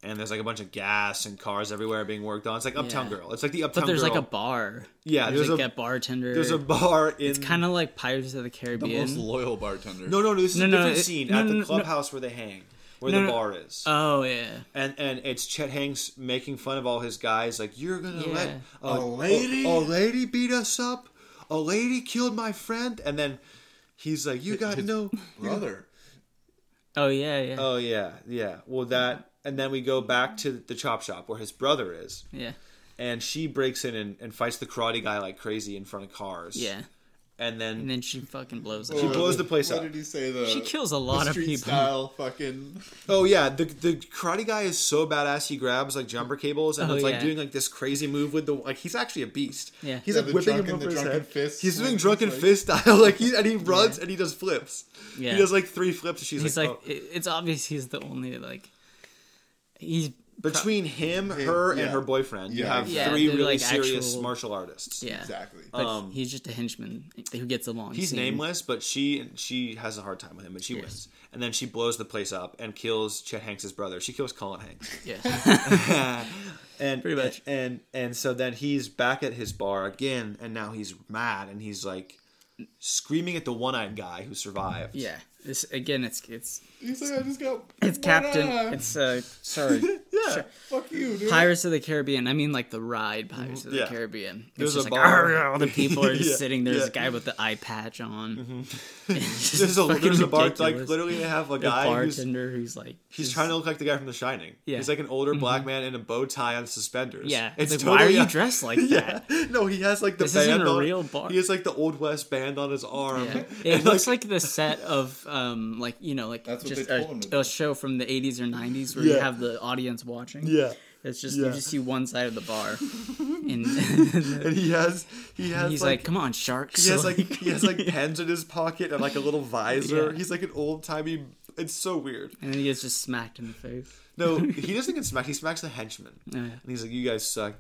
[SPEAKER 2] And there's like a bunch of gas and cars everywhere being worked on. It's like Uptown
[SPEAKER 1] Yeah.
[SPEAKER 2] Girl. It's like the
[SPEAKER 1] But
[SPEAKER 2] Uptown
[SPEAKER 1] there's
[SPEAKER 2] Girl.
[SPEAKER 1] like a bar.
[SPEAKER 2] Yeah,
[SPEAKER 1] there's, like
[SPEAKER 2] there's a-
[SPEAKER 1] a bartender.
[SPEAKER 2] There's a bar in.
[SPEAKER 1] It's kind of like Pirates of the Caribbean.
[SPEAKER 4] most loyal bartender.
[SPEAKER 2] No, no, no. This is
[SPEAKER 1] No,
[SPEAKER 2] a
[SPEAKER 1] no,
[SPEAKER 2] different
[SPEAKER 1] it-
[SPEAKER 2] scene
[SPEAKER 1] no,
[SPEAKER 2] at
[SPEAKER 1] no,
[SPEAKER 2] the
[SPEAKER 1] no.
[SPEAKER 2] clubhouse where they hang, where
[SPEAKER 1] No,
[SPEAKER 2] the
[SPEAKER 1] no.
[SPEAKER 2] bar is.
[SPEAKER 1] Oh yeah.
[SPEAKER 2] and and it's Chet Hanks making fun of all his guys, like you're gonna
[SPEAKER 1] Yeah.
[SPEAKER 2] let a,
[SPEAKER 4] A lady?
[SPEAKER 2] a, a lady beat us up, a lady killed my friend, and then he's like, you got no
[SPEAKER 4] brother.
[SPEAKER 1] Oh yeah, yeah,
[SPEAKER 2] Oh yeah, yeah. Well, that and then we go back to the chop shop where his brother is,
[SPEAKER 1] yeah,
[SPEAKER 2] and she breaks in and, and fights the karate guy like crazy in front of cars.
[SPEAKER 1] yeah.
[SPEAKER 2] and then
[SPEAKER 1] And then she fucking blows.
[SPEAKER 2] she
[SPEAKER 1] up.
[SPEAKER 2] blows the place
[SPEAKER 4] What
[SPEAKER 2] up.
[SPEAKER 4] did he say? The
[SPEAKER 1] She kills a
[SPEAKER 4] the
[SPEAKER 1] lot of
[SPEAKER 4] street
[SPEAKER 1] people.
[SPEAKER 4] Style fucking.
[SPEAKER 2] Oh yeah, the the karate guy is so badass. He grabs like jumper cables and
[SPEAKER 1] Oh,
[SPEAKER 2] it's like
[SPEAKER 1] yeah.
[SPEAKER 2] doing like this crazy move with the like. He's actually a beast.
[SPEAKER 1] Yeah.
[SPEAKER 2] he's
[SPEAKER 4] Yeah,
[SPEAKER 2] like
[SPEAKER 4] the
[SPEAKER 2] whipping him
[SPEAKER 4] drunken-
[SPEAKER 2] over
[SPEAKER 4] the
[SPEAKER 2] his
[SPEAKER 4] drunken
[SPEAKER 2] head.
[SPEAKER 4] fist
[SPEAKER 2] he's doing
[SPEAKER 4] moves,
[SPEAKER 2] drunken
[SPEAKER 4] like-
[SPEAKER 2] fist style. Like he and he runs and he does flips.
[SPEAKER 1] Yeah.
[SPEAKER 2] he does like three flips. And she's
[SPEAKER 1] He's
[SPEAKER 2] like,
[SPEAKER 1] like,
[SPEAKER 2] oh.
[SPEAKER 1] it- it's obvious he's the only like. He's
[SPEAKER 2] between him, her,
[SPEAKER 4] yeah.
[SPEAKER 2] and her boyfriend, you
[SPEAKER 4] Yeah,
[SPEAKER 2] have
[SPEAKER 1] Yeah,
[SPEAKER 2] three
[SPEAKER 1] they're,
[SPEAKER 2] really
[SPEAKER 1] like,
[SPEAKER 2] serious
[SPEAKER 1] actual-
[SPEAKER 2] martial artists.
[SPEAKER 1] yeah,
[SPEAKER 4] Exactly.
[SPEAKER 1] But
[SPEAKER 2] Um,
[SPEAKER 1] he's just a henchman who gets along.
[SPEAKER 2] He's
[SPEAKER 1] Same.
[SPEAKER 2] nameless, but she she has a hard time with him, and she wins. And then she blows the place up and kills Chet Hanks' brother. She kills Colin Hanks.
[SPEAKER 1] Yeah,
[SPEAKER 2] and
[SPEAKER 1] Pretty much.
[SPEAKER 2] and and so then he's back at his bar again and now he's mad and he's like screaming at the one-eyed guy who survived
[SPEAKER 1] yeah. This again, it's it's
[SPEAKER 4] He's like, I just got.
[SPEAKER 1] it's Captain.
[SPEAKER 4] One-eye.
[SPEAKER 1] It's uh, sorry,
[SPEAKER 4] yeah. Fuck you, dude.
[SPEAKER 1] Pirates of the Caribbean. I mean, like the ride Pirates of the
[SPEAKER 2] Mm-hmm. Yeah.
[SPEAKER 1] Caribbean. It's
[SPEAKER 2] There's
[SPEAKER 1] just
[SPEAKER 2] a
[SPEAKER 1] like,
[SPEAKER 2] bar.
[SPEAKER 1] "Arr," all the people are just
[SPEAKER 2] Yeah,
[SPEAKER 1] sitting. There's
[SPEAKER 2] yeah. Mm-hmm.
[SPEAKER 1] a guy with the eye patch on. It's just
[SPEAKER 2] there's a
[SPEAKER 1] fucking
[SPEAKER 2] there's a bar like
[SPEAKER 1] ridiculous.
[SPEAKER 2] literally they have a
[SPEAKER 1] The
[SPEAKER 2] guy who's
[SPEAKER 1] bartender who's, like
[SPEAKER 2] he's
[SPEAKER 1] just-
[SPEAKER 2] trying to look like the guy from The Shining
[SPEAKER 1] Yeah. Mm-hmm.
[SPEAKER 2] he's like an older black man in a bow tie and suspenders
[SPEAKER 1] Yeah, it's like, why are you dressed like that?
[SPEAKER 2] no he has like the
[SPEAKER 1] This
[SPEAKER 2] band
[SPEAKER 1] isn't a
[SPEAKER 2] on,
[SPEAKER 1] real bar.
[SPEAKER 2] he has like the old west band on his arm
[SPEAKER 1] Yeah.
[SPEAKER 2] And,
[SPEAKER 1] It looks like the set of um like you know like
[SPEAKER 4] That's what
[SPEAKER 1] just
[SPEAKER 4] they told him to
[SPEAKER 1] a,
[SPEAKER 4] do.
[SPEAKER 1] a show from the 80s or 90s where you
[SPEAKER 2] Yeah.
[SPEAKER 1] have the audience watching.
[SPEAKER 2] yeah
[SPEAKER 1] It's just
[SPEAKER 2] Yeah.
[SPEAKER 1] you just see one side of the bar, and, and
[SPEAKER 2] and he has he has
[SPEAKER 1] he's like,
[SPEAKER 2] like
[SPEAKER 1] "Come on, sharks!"
[SPEAKER 2] He has
[SPEAKER 1] So,
[SPEAKER 2] like he has like pens in his pocket and like a little
[SPEAKER 1] Yeah.
[SPEAKER 2] visor. He's like an old timey. It's so weird.
[SPEAKER 1] and then he gets just smacked in the face.
[SPEAKER 2] No, he doesn't get smacked. He smacks the henchman,
[SPEAKER 1] Oh, yeah.
[SPEAKER 2] and he's like, "You guys suck,"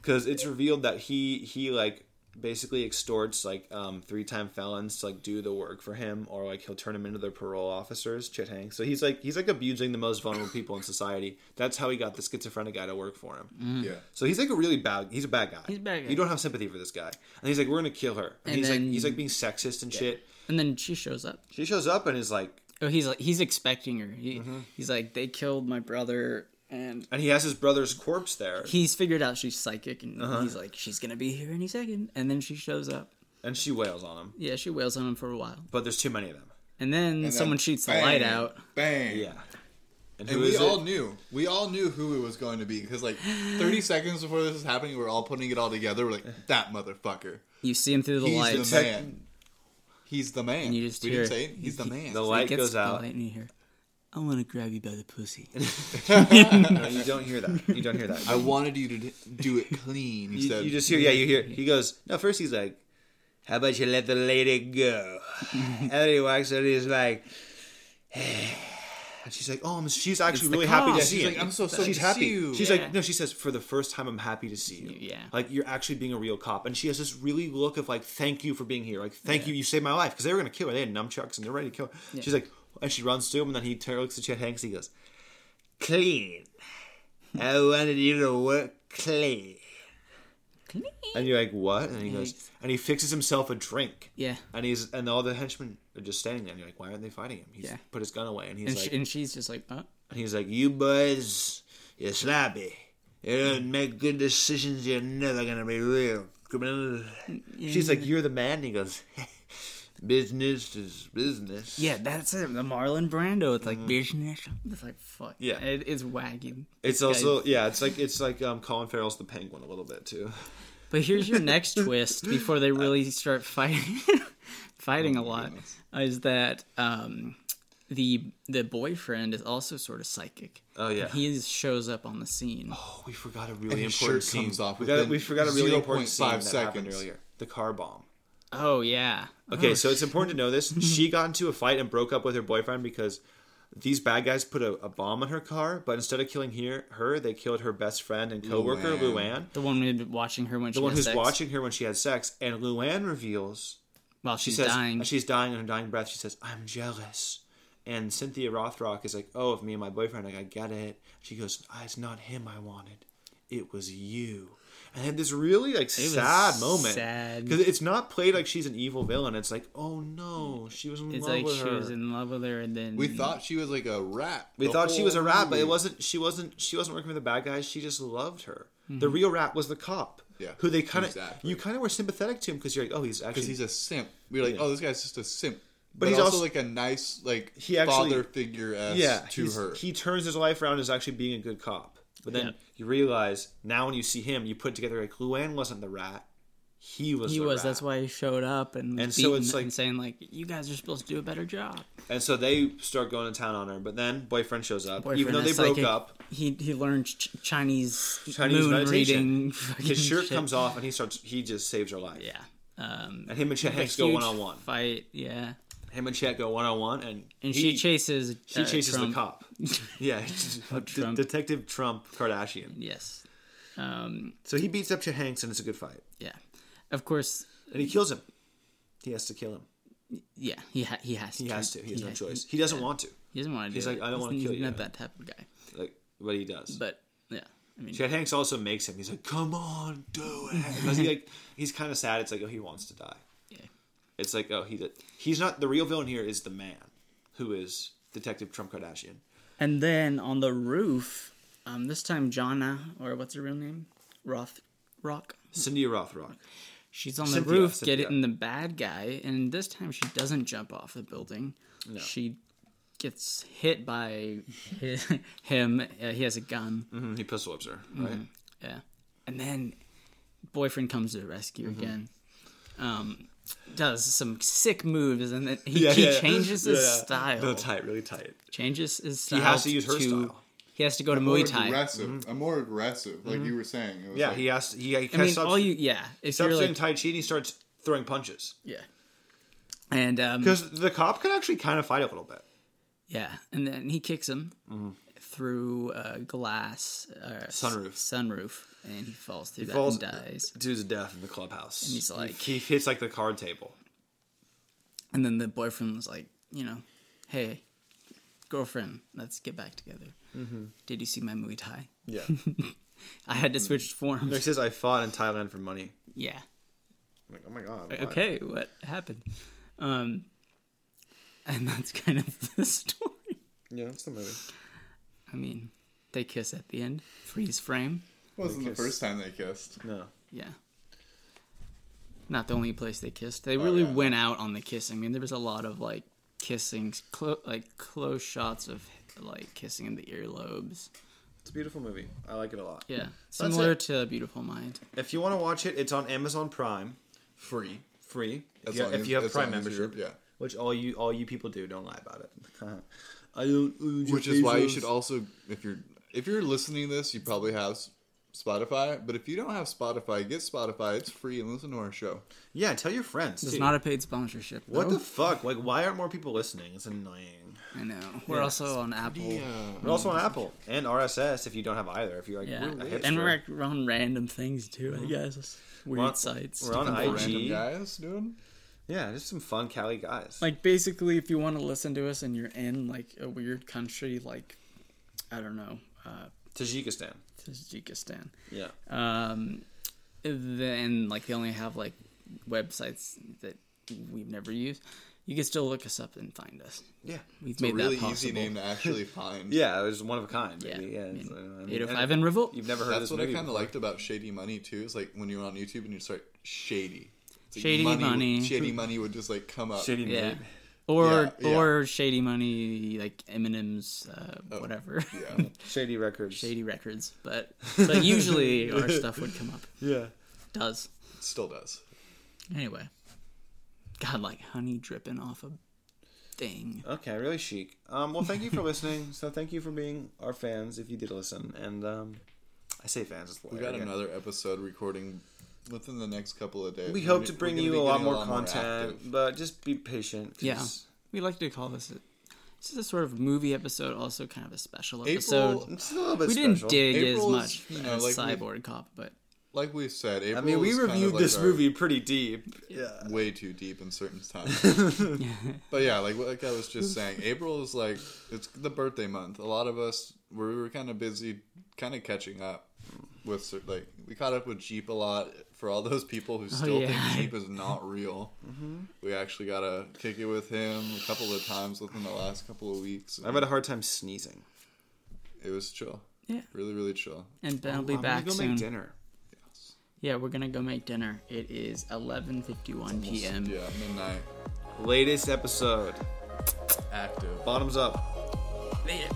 [SPEAKER 2] because it's revealed that he he like basically extorts like um, three-time felons to like do the work for him, or like he'll turn them into their parole officers. Chit Hank. So he's like he's like abusing the most vulnerable people in society. That's how he got the schizophrenic guy to work for him.
[SPEAKER 4] Mm. Yeah.
[SPEAKER 2] So he's like a really bad. He's a bad guy.
[SPEAKER 1] He's a bad guy.
[SPEAKER 2] You don't have sympathy for this guy, and he's like, we're gonna kill her. And,
[SPEAKER 1] And
[SPEAKER 2] he's
[SPEAKER 1] then-
[SPEAKER 2] like he's like being sexist and shit.
[SPEAKER 1] And then she shows up.
[SPEAKER 2] She shows up and is like,
[SPEAKER 1] Oh, he's like he's expecting her. He,
[SPEAKER 2] Mm-hmm.
[SPEAKER 1] He's like, they killed my brother, and
[SPEAKER 2] and he has his brother's corpse there.
[SPEAKER 1] he's figured out she's psychic, and
[SPEAKER 2] Uh-huh.
[SPEAKER 1] he's like, she's gonna be here any second. And then she shows up.
[SPEAKER 2] and she wails on him,
[SPEAKER 1] Yeah, she wails on him for a while,
[SPEAKER 2] but there's too many of them.
[SPEAKER 1] and then
[SPEAKER 4] And then
[SPEAKER 1] someone shoots the
[SPEAKER 4] bang,
[SPEAKER 1] light out.
[SPEAKER 4] Bang.
[SPEAKER 2] Yeah. And,
[SPEAKER 4] And
[SPEAKER 2] who
[SPEAKER 4] we
[SPEAKER 2] is
[SPEAKER 4] all
[SPEAKER 2] it?
[SPEAKER 4] knew. We all knew who it was going to be because like 30 seconds before this was happening, we were all putting it all together. We're like, that motherfucker.
[SPEAKER 1] You see him through the
[SPEAKER 4] He's
[SPEAKER 1] light.
[SPEAKER 4] the man. He's the man.
[SPEAKER 1] And you just
[SPEAKER 4] we
[SPEAKER 1] hear
[SPEAKER 4] didn't say it. He's the
[SPEAKER 1] he-
[SPEAKER 4] man.
[SPEAKER 2] The light goes out.
[SPEAKER 1] and you hear, "I want to grab you by the pussy."
[SPEAKER 2] No, you don't hear that. You don't hear that.
[SPEAKER 4] I wanted you to d- do it clean.
[SPEAKER 2] You, you just hear, yeah, you hear. He goes, no, first he's like, how about you let the lady go? and then he walks in and he's like, and she's like, oh, I'm, she's actually
[SPEAKER 4] the
[SPEAKER 2] really happy
[SPEAKER 4] cop.
[SPEAKER 2] to see
[SPEAKER 4] She's
[SPEAKER 2] him.
[SPEAKER 4] like, I'm so sorry
[SPEAKER 2] She's
[SPEAKER 4] to
[SPEAKER 2] happy.
[SPEAKER 4] see you.
[SPEAKER 2] She's
[SPEAKER 4] Yeah.
[SPEAKER 2] like, no, she says, for the first time, I'm happy to see you.
[SPEAKER 1] Yeah.
[SPEAKER 2] Like, you're actually being a real cop. And she has this really look of, like, thank you for being here. Like, thank you, you saved my life. Because they were going to kill her. They had nunchucks and they're ready to kill her.
[SPEAKER 1] Yeah.
[SPEAKER 2] She's like, and she runs to him and then he turns, looks at Chet Hanks and he goes, clean. I wanted you to work clean. And you're like, what? And he goes, and he fixes himself a drink.
[SPEAKER 1] Yeah.
[SPEAKER 2] And he's and all the henchmen are just standing there. And you're like, why aren't they fighting him? He's
[SPEAKER 1] Yeah.
[SPEAKER 2] put his gun away, and he's
[SPEAKER 1] And,
[SPEAKER 2] like,
[SPEAKER 1] she, and she's just like, "Oh,
[SPEAKER 2] and he's like, you boys, you're sloppy. You don't make good decisions. You're never gonna be real. criminal." She's like, you're the man. And he goes, business is business.
[SPEAKER 1] yeah, that's it." The Marlon Brando. It's like business. It's like fuck.
[SPEAKER 2] Mm-hmm. Yeah.
[SPEAKER 1] it, it's wagging.
[SPEAKER 2] It's
[SPEAKER 1] This guy-
[SPEAKER 2] also yeah, it's like it's like um, Colin Farrell's the Penguin a little bit too.
[SPEAKER 1] But here's your next twist before they really start fighting, fighting
[SPEAKER 2] Oh
[SPEAKER 1] a lot, is that um, the the boyfriend is also sort of psychic.
[SPEAKER 2] Oh, yeah.
[SPEAKER 1] and he is, shows up on the scene.
[SPEAKER 2] Oh, we forgot a really
[SPEAKER 4] And his
[SPEAKER 2] important
[SPEAKER 4] shirt
[SPEAKER 2] scene.
[SPEAKER 4] comes off
[SPEAKER 2] we, got,
[SPEAKER 4] within
[SPEAKER 2] we forgot a really important scene
[SPEAKER 4] 0.5
[SPEAKER 2] that happened
[SPEAKER 4] seconds.
[SPEAKER 2] earlier. The car bomb.
[SPEAKER 1] Oh yeah.
[SPEAKER 2] Okay,
[SPEAKER 1] Oh,
[SPEAKER 2] so it's important to know this. She got into a fight and broke up with her boyfriend because these bad guys put a, a bomb in her car, but instead of killing her, her they killed her best friend and coworker,
[SPEAKER 4] Luann.
[SPEAKER 2] Luann,
[SPEAKER 1] the one who's watching her when
[SPEAKER 2] the
[SPEAKER 1] she
[SPEAKER 2] one
[SPEAKER 1] has
[SPEAKER 2] who's
[SPEAKER 1] sex
[SPEAKER 2] watching her when she had sex. And Luann reveals
[SPEAKER 1] while she's
[SPEAKER 2] she says,
[SPEAKER 1] dying.
[SPEAKER 2] She's dying in her dying breath. She says, "I'm jealous." And Cynthia Rothrock is like, "Oh, of me and my boyfriend." Like, I get it. She goes, "Ah, "It's not him I wanted. It was you." And had this really like
[SPEAKER 1] was
[SPEAKER 2] sad moment
[SPEAKER 1] sad.
[SPEAKER 2] because it's not played like she's an evil villain. It's like, "Oh no, she was in
[SPEAKER 1] it's
[SPEAKER 2] love
[SPEAKER 1] like
[SPEAKER 2] with
[SPEAKER 1] she
[SPEAKER 2] her."
[SPEAKER 1] was in love with her, and then
[SPEAKER 4] We thought she was like a rat.
[SPEAKER 2] we
[SPEAKER 4] the
[SPEAKER 2] thought she
[SPEAKER 4] whole
[SPEAKER 2] was a rat, but it
[SPEAKER 4] movie.
[SPEAKER 2] wasn't. She wasn't. She wasn't working with the bad guys. She just loved her. The
[SPEAKER 1] Mm-hmm.
[SPEAKER 2] real rat was the cop.
[SPEAKER 4] Yeah,
[SPEAKER 2] who they kind of
[SPEAKER 4] exactly.
[SPEAKER 2] you kind of were sympathetic to him because you're like, oh, he's actually
[SPEAKER 4] because he's a simp. We were like,
[SPEAKER 2] Yeah.
[SPEAKER 4] oh, this guy's just a simp. But,
[SPEAKER 2] But he's
[SPEAKER 4] he's also,
[SPEAKER 2] also-
[SPEAKER 4] like a nice, like
[SPEAKER 2] He actually-
[SPEAKER 4] father figure as to
[SPEAKER 2] he's-
[SPEAKER 4] her.
[SPEAKER 2] He turns his life around as actually being a good cop. But then
[SPEAKER 1] Yeah.
[SPEAKER 2] you realize now when you see him, you put together like Luann wasn't the rat. He was.
[SPEAKER 1] he
[SPEAKER 2] the
[SPEAKER 1] was.
[SPEAKER 2] rat.
[SPEAKER 1] That's why he showed up and was
[SPEAKER 2] And so
[SPEAKER 1] beaten
[SPEAKER 2] it's like-
[SPEAKER 1] and saying like, "You guys are supposed to do a better job."
[SPEAKER 2] And so they start going to town on her. But then boyfriend shows up, even
[SPEAKER 1] Boyfriend
[SPEAKER 2] though they
[SPEAKER 1] is
[SPEAKER 2] broke
[SPEAKER 1] psychic.
[SPEAKER 2] up.
[SPEAKER 1] he he learned ch- Chinese,
[SPEAKER 2] Chinese
[SPEAKER 1] moon
[SPEAKER 2] meditation.
[SPEAKER 1] reading.
[SPEAKER 2] His shirt comes off, and he starts. He just saves her life.
[SPEAKER 1] Yeah, um,
[SPEAKER 2] And him and Chet
[SPEAKER 1] a
[SPEAKER 2] Hanks go
[SPEAKER 1] huge
[SPEAKER 2] one on one.
[SPEAKER 1] Fight. Yeah,
[SPEAKER 2] Him and Chet go one on one, and
[SPEAKER 1] and
[SPEAKER 2] he-
[SPEAKER 1] she chases.
[SPEAKER 2] She
[SPEAKER 1] uh,
[SPEAKER 2] chases
[SPEAKER 1] Trump.
[SPEAKER 2] the cop. Yeah, De-
[SPEAKER 1] Trump.
[SPEAKER 2] Detective Trump Kardashian.
[SPEAKER 1] Yes. Um,
[SPEAKER 2] So he beats up Chet Hanks, and it's a good fight.
[SPEAKER 1] yeah. Of course.
[SPEAKER 2] And he kills him. He has to kill him.
[SPEAKER 1] Yeah. He ha- he has.
[SPEAKER 2] He
[SPEAKER 1] to.
[SPEAKER 2] has to. He has no
[SPEAKER 1] ha-
[SPEAKER 2] choice. He doesn't want to.
[SPEAKER 1] He doesn't want to.
[SPEAKER 2] He's
[SPEAKER 1] do
[SPEAKER 2] like,
[SPEAKER 1] it.
[SPEAKER 2] I don't wanna
[SPEAKER 1] He's
[SPEAKER 2] kill you.
[SPEAKER 1] Not that type of guy.
[SPEAKER 2] Like, but he does.
[SPEAKER 1] But yeah. I mean,
[SPEAKER 2] Chad Hanks also makes him. He's like, "Come on, do it." Because he like he's kind of sad. It's like, oh, he wants to die.
[SPEAKER 1] Yeah.
[SPEAKER 2] It's like, oh, he he's not the real villain here. Is the man who is Detective Trump Kardashian.
[SPEAKER 1] Hmm. And then on the roof, um, this time Jonna or what's her real name, Roth, Rock.
[SPEAKER 2] Cindy Rothrock.
[SPEAKER 1] She's on the
[SPEAKER 2] Cynthia,
[SPEAKER 1] roof
[SPEAKER 2] Cynthia.
[SPEAKER 1] getting the bad guy, and this time she doesn't jump off the building. She gets hit by his, him. Uh, he has a gun.
[SPEAKER 2] hmm He pistol whips her. Right.
[SPEAKER 1] Yeah. And then boyfriend comes to the rescue
[SPEAKER 2] Mm-hmm.
[SPEAKER 1] again. Um, does some sick moves, and then he, he changes his
[SPEAKER 2] Yeah.
[SPEAKER 1] style.
[SPEAKER 2] No, tight, really tight.
[SPEAKER 1] Changes his
[SPEAKER 2] He
[SPEAKER 1] style.
[SPEAKER 2] has to use her style.
[SPEAKER 1] He has to go to
[SPEAKER 4] more
[SPEAKER 1] Muay Thai.
[SPEAKER 4] aggressive. I'm more aggressive, like you were saying. It was
[SPEAKER 2] Yeah,
[SPEAKER 4] like,
[SPEAKER 2] he has. He, he
[SPEAKER 1] I mean,
[SPEAKER 2] stops,
[SPEAKER 1] all you, yeah. If
[SPEAKER 2] stops
[SPEAKER 1] you're
[SPEAKER 2] doing
[SPEAKER 1] like,
[SPEAKER 2] tai chi and he starts throwing punches
[SPEAKER 1] yeah. And um,
[SPEAKER 2] because the cop can actually kind of fight a little bit. Mm-hmm.
[SPEAKER 1] Yeah, and then he kicks him through a glass uh,
[SPEAKER 2] Sunroof.
[SPEAKER 1] sunroof, and he falls through
[SPEAKER 2] He
[SPEAKER 1] that
[SPEAKER 2] falls
[SPEAKER 1] and dies.
[SPEAKER 2] Dude's death in the clubhouse.
[SPEAKER 1] And he's
[SPEAKER 2] He-
[SPEAKER 1] like-
[SPEAKER 2] he, hits like the card table.
[SPEAKER 1] And then the boyfriend was like, you know, hey, girlfriend, let's get back together.
[SPEAKER 2] Mhm.
[SPEAKER 1] Did you see my Muay Thai?
[SPEAKER 2] Yeah.
[SPEAKER 1] I had
[SPEAKER 2] Mm.
[SPEAKER 1] to switch forms.
[SPEAKER 2] Next is I fought in Thailand for money.
[SPEAKER 1] Yeah.
[SPEAKER 2] I'm like, oh my god. why?
[SPEAKER 1] Okay, what happened? Um, and that's kind of the story.
[SPEAKER 2] Yeah, it's the movie.
[SPEAKER 1] I mean, they kiss at the end. Freeze frame.
[SPEAKER 4] Wasn't
[SPEAKER 2] They
[SPEAKER 4] the
[SPEAKER 2] kissed.
[SPEAKER 4] first time they kissed.
[SPEAKER 2] No.
[SPEAKER 1] Yeah. Not the only place they kissed.
[SPEAKER 2] Oh,
[SPEAKER 1] They really went out on the kiss. I mean, there was a lot of like kissing, clo- like close shots of like kissing in the earlobes.
[SPEAKER 2] It's a beautiful movie. I like it a lot.
[SPEAKER 1] Yeah,
[SPEAKER 2] So that's
[SPEAKER 1] similar
[SPEAKER 2] it.
[SPEAKER 1] to Beautiful Mind.
[SPEAKER 2] If you want to watch it, it's on Amazon Prime.
[SPEAKER 4] Free.
[SPEAKER 2] Free.
[SPEAKER 4] As
[SPEAKER 2] If you,
[SPEAKER 4] long
[SPEAKER 2] if
[SPEAKER 4] as-
[SPEAKER 2] you have
[SPEAKER 4] as
[SPEAKER 2] Prime
[SPEAKER 4] long as you're-
[SPEAKER 2] membership.
[SPEAKER 4] yeah.
[SPEAKER 2] Which all you all you people do, don't lie about it. I don't own Jeff
[SPEAKER 4] Which is why you
[SPEAKER 2] Bezos.
[SPEAKER 4] should also, if you're if you're listening to this, you probably have s- Spotify. But if you don't have Spotify, get Spotify. It's free and listen to our show.
[SPEAKER 2] Yeah, tell your friends.
[SPEAKER 1] It's
[SPEAKER 2] too.
[SPEAKER 1] not a paid sponsorship.
[SPEAKER 2] What
[SPEAKER 1] though.
[SPEAKER 2] the fuck? Like, why aren't more people listening? It's annoying.
[SPEAKER 1] I know. We're also on Apple.
[SPEAKER 2] We're also on Apple and RSS. If you don't have either, if you're like
[SPEAKER 1] Yeah,
[SPEAKER 2] we're a hipster.
[SPEAKER 1] and we're, like, we're on random things too. I guess weird
[SPEAKER 2] We're on-
[SPEAKER 1] sites.
[SPEAKER 2] Uh-huh. We're on
[SPEAKER 1] Different
[SPEAKER 2] IG.
[SPEAKER 1] random-
[SPEAKER 4] Guys, dude.
[SPEAKER 2] Yeah, just some fun Cali guys.
[SPEAKER 1] Like basically, if you want to listen to us and you're in like a weird country, like I don't know, uh,
[SPEAKER 2] Tajikistan.
[SPEAKER 1] Tajikistan.
[SPEAKER 2] Yeah.
[SPEAKER 1] Um, then like they only have like websites that we've never used. You can still look us up and find us.
[SPEAKER 2] Yeah.
[SPEAKER 1] we've
[SPEAKER 4] It's a
[SPEAKER 1] made
[SPEAKER 4] really
[SPEAKER 1] that possible.
[SPEAKER 4] easy name to actually find.
[SPEAKER 2] Yeah, it was one of a kind. Maybe. Yeah.
[SPEAKER 1] Yeah, I mean,
[SPEAKER 2] it's, uh, I mean,
[SPEAKER 1] 805 and Revolt.
[SPEAKER 2] You've never heard of
[SPEAKER 4] That's
[SPEAKER 2] this
[SPEAKER 4] what I
[SPEAKER 2] movie
[SPEAKER 4] kind of
[SPEAKER 2] before.
[SPEAKER 4] liked about Shady Money too. Is like when you're on YouTube and you start shady. It's like
[SPEAKER 1] Shady
[SPEAKER 4] would-
[SPEAKER 1] Money.
[SPEAKER 4] Shady money would just like come up.
[SPEAKER 2] Shady
[SPEAKER 1] Yeah.
[SPEAKER 2] Money.
[SPEAKER 1] Or
[SPEAKER 4] Yeah, yeah.
[SPEAKER 1] or shady money like Eminem's uh, whatever
[SPEAKER 4] Yeah.
[SPEAKER 2] Shady Records.
[SPEAKER 1] shady records, but but usually our stuff would come up.
[SPEAKER 2] Yeah.
[SPEAKER 1] Does
[SPEAKER 4] Still does.
[SPEAKER 1] anyway. God, like honey dripping off a thing.
[SPEAKER 2] Okay, really chic. Um, well, thank you for listening. So thank you for being our fans if you did listen. And um, I say fans. It's
[SPEAKER 4] We got another episode recording within the next couple of days.
[SPEAKER 2] We
[SPEAKER 4] We're
[SPEAKER 2] hope
[SPEAKER 4] gonna-
[SPEAKER 2] to
[SPEAKER 4] we're
[SPEAKER 2] bring
[SPEAKER 4] gonna
[SPEAKER 2] you
[SPEAKER 4] be
[SPEAKER 2] a lot
[SPEAKER 4] getting
[SPEAKER 2] more
[SPEAKER 4] active.
[SPEAKER 2] content, but just be patient. 'cause-
[SPEAKER 1] Yeah, we like to call this. A, this is a sort of movie episode, also kind of a special
[SPEAKER 4] April-
[SPEAKER 1] episode.
[SPEAKER 2] It's a little bit
[SPEAKER 1] we
[SPEAKER 2] special.
[SPEAKER 1] didn't dig
[SPEAKER 4] April's,
[SPEAKER 1] as much
[SPEAKER 4] you know,
[SPEAKER 1] as
[SPEAKER 4] like we-
[SPEAKER 1] Cyborg Cop, but
[SPEAKER 4] Like we said,
[SPEAKER 2] I
[SPEAKER 4] April
[SPEAKER 2] mean, we
[SPEAKER 4] is kind of
[SPEAKER 2] reviewed
[SPEAKER 4] like
[SPEAKER 2] this
[SPEAKER 4] our-
[SPEAKER 2] movie pretty deep. Yeah.
[SPEAKER 4] way too deep in certain times. but yeah, like like I was just saying, April is like it's the birthday month. A lot of us we were kind of busy, kind of catching up with cer- like we caught up with Jeep a lot. For all those people who still
[SPEAKER 1] yeah.
[SPEAKER 4] think Jeep is not real, we actually got to kick it with him a couple of times within the last couple of weeks.
[SPEAKER 2] I've had a hard time sneezing.
[SPEAKER 4] it was chill.
[SPEAKER 1] Yeah.
[SPEAKER 4] really, really chill.
[SPEAKER 1] and Ben will be
[SPEAKER 2] I'm gonna
[SPEAKER 1] back
[SPEAKER 2] Um, go
[SPEAKER 1] soon.
[SPEAKER 2] make dinner.
[SPEAKER 1] Yeah, we're gonna go make dinner. It is 11:51 p.m.
[SPEAKER 4] Yeah, midnight
[SPEAKER 2] Latest episode.
[SPEAKER 4] active.
[SPEAKER 2] Bottoms up.
[SPEAKER 1] Later.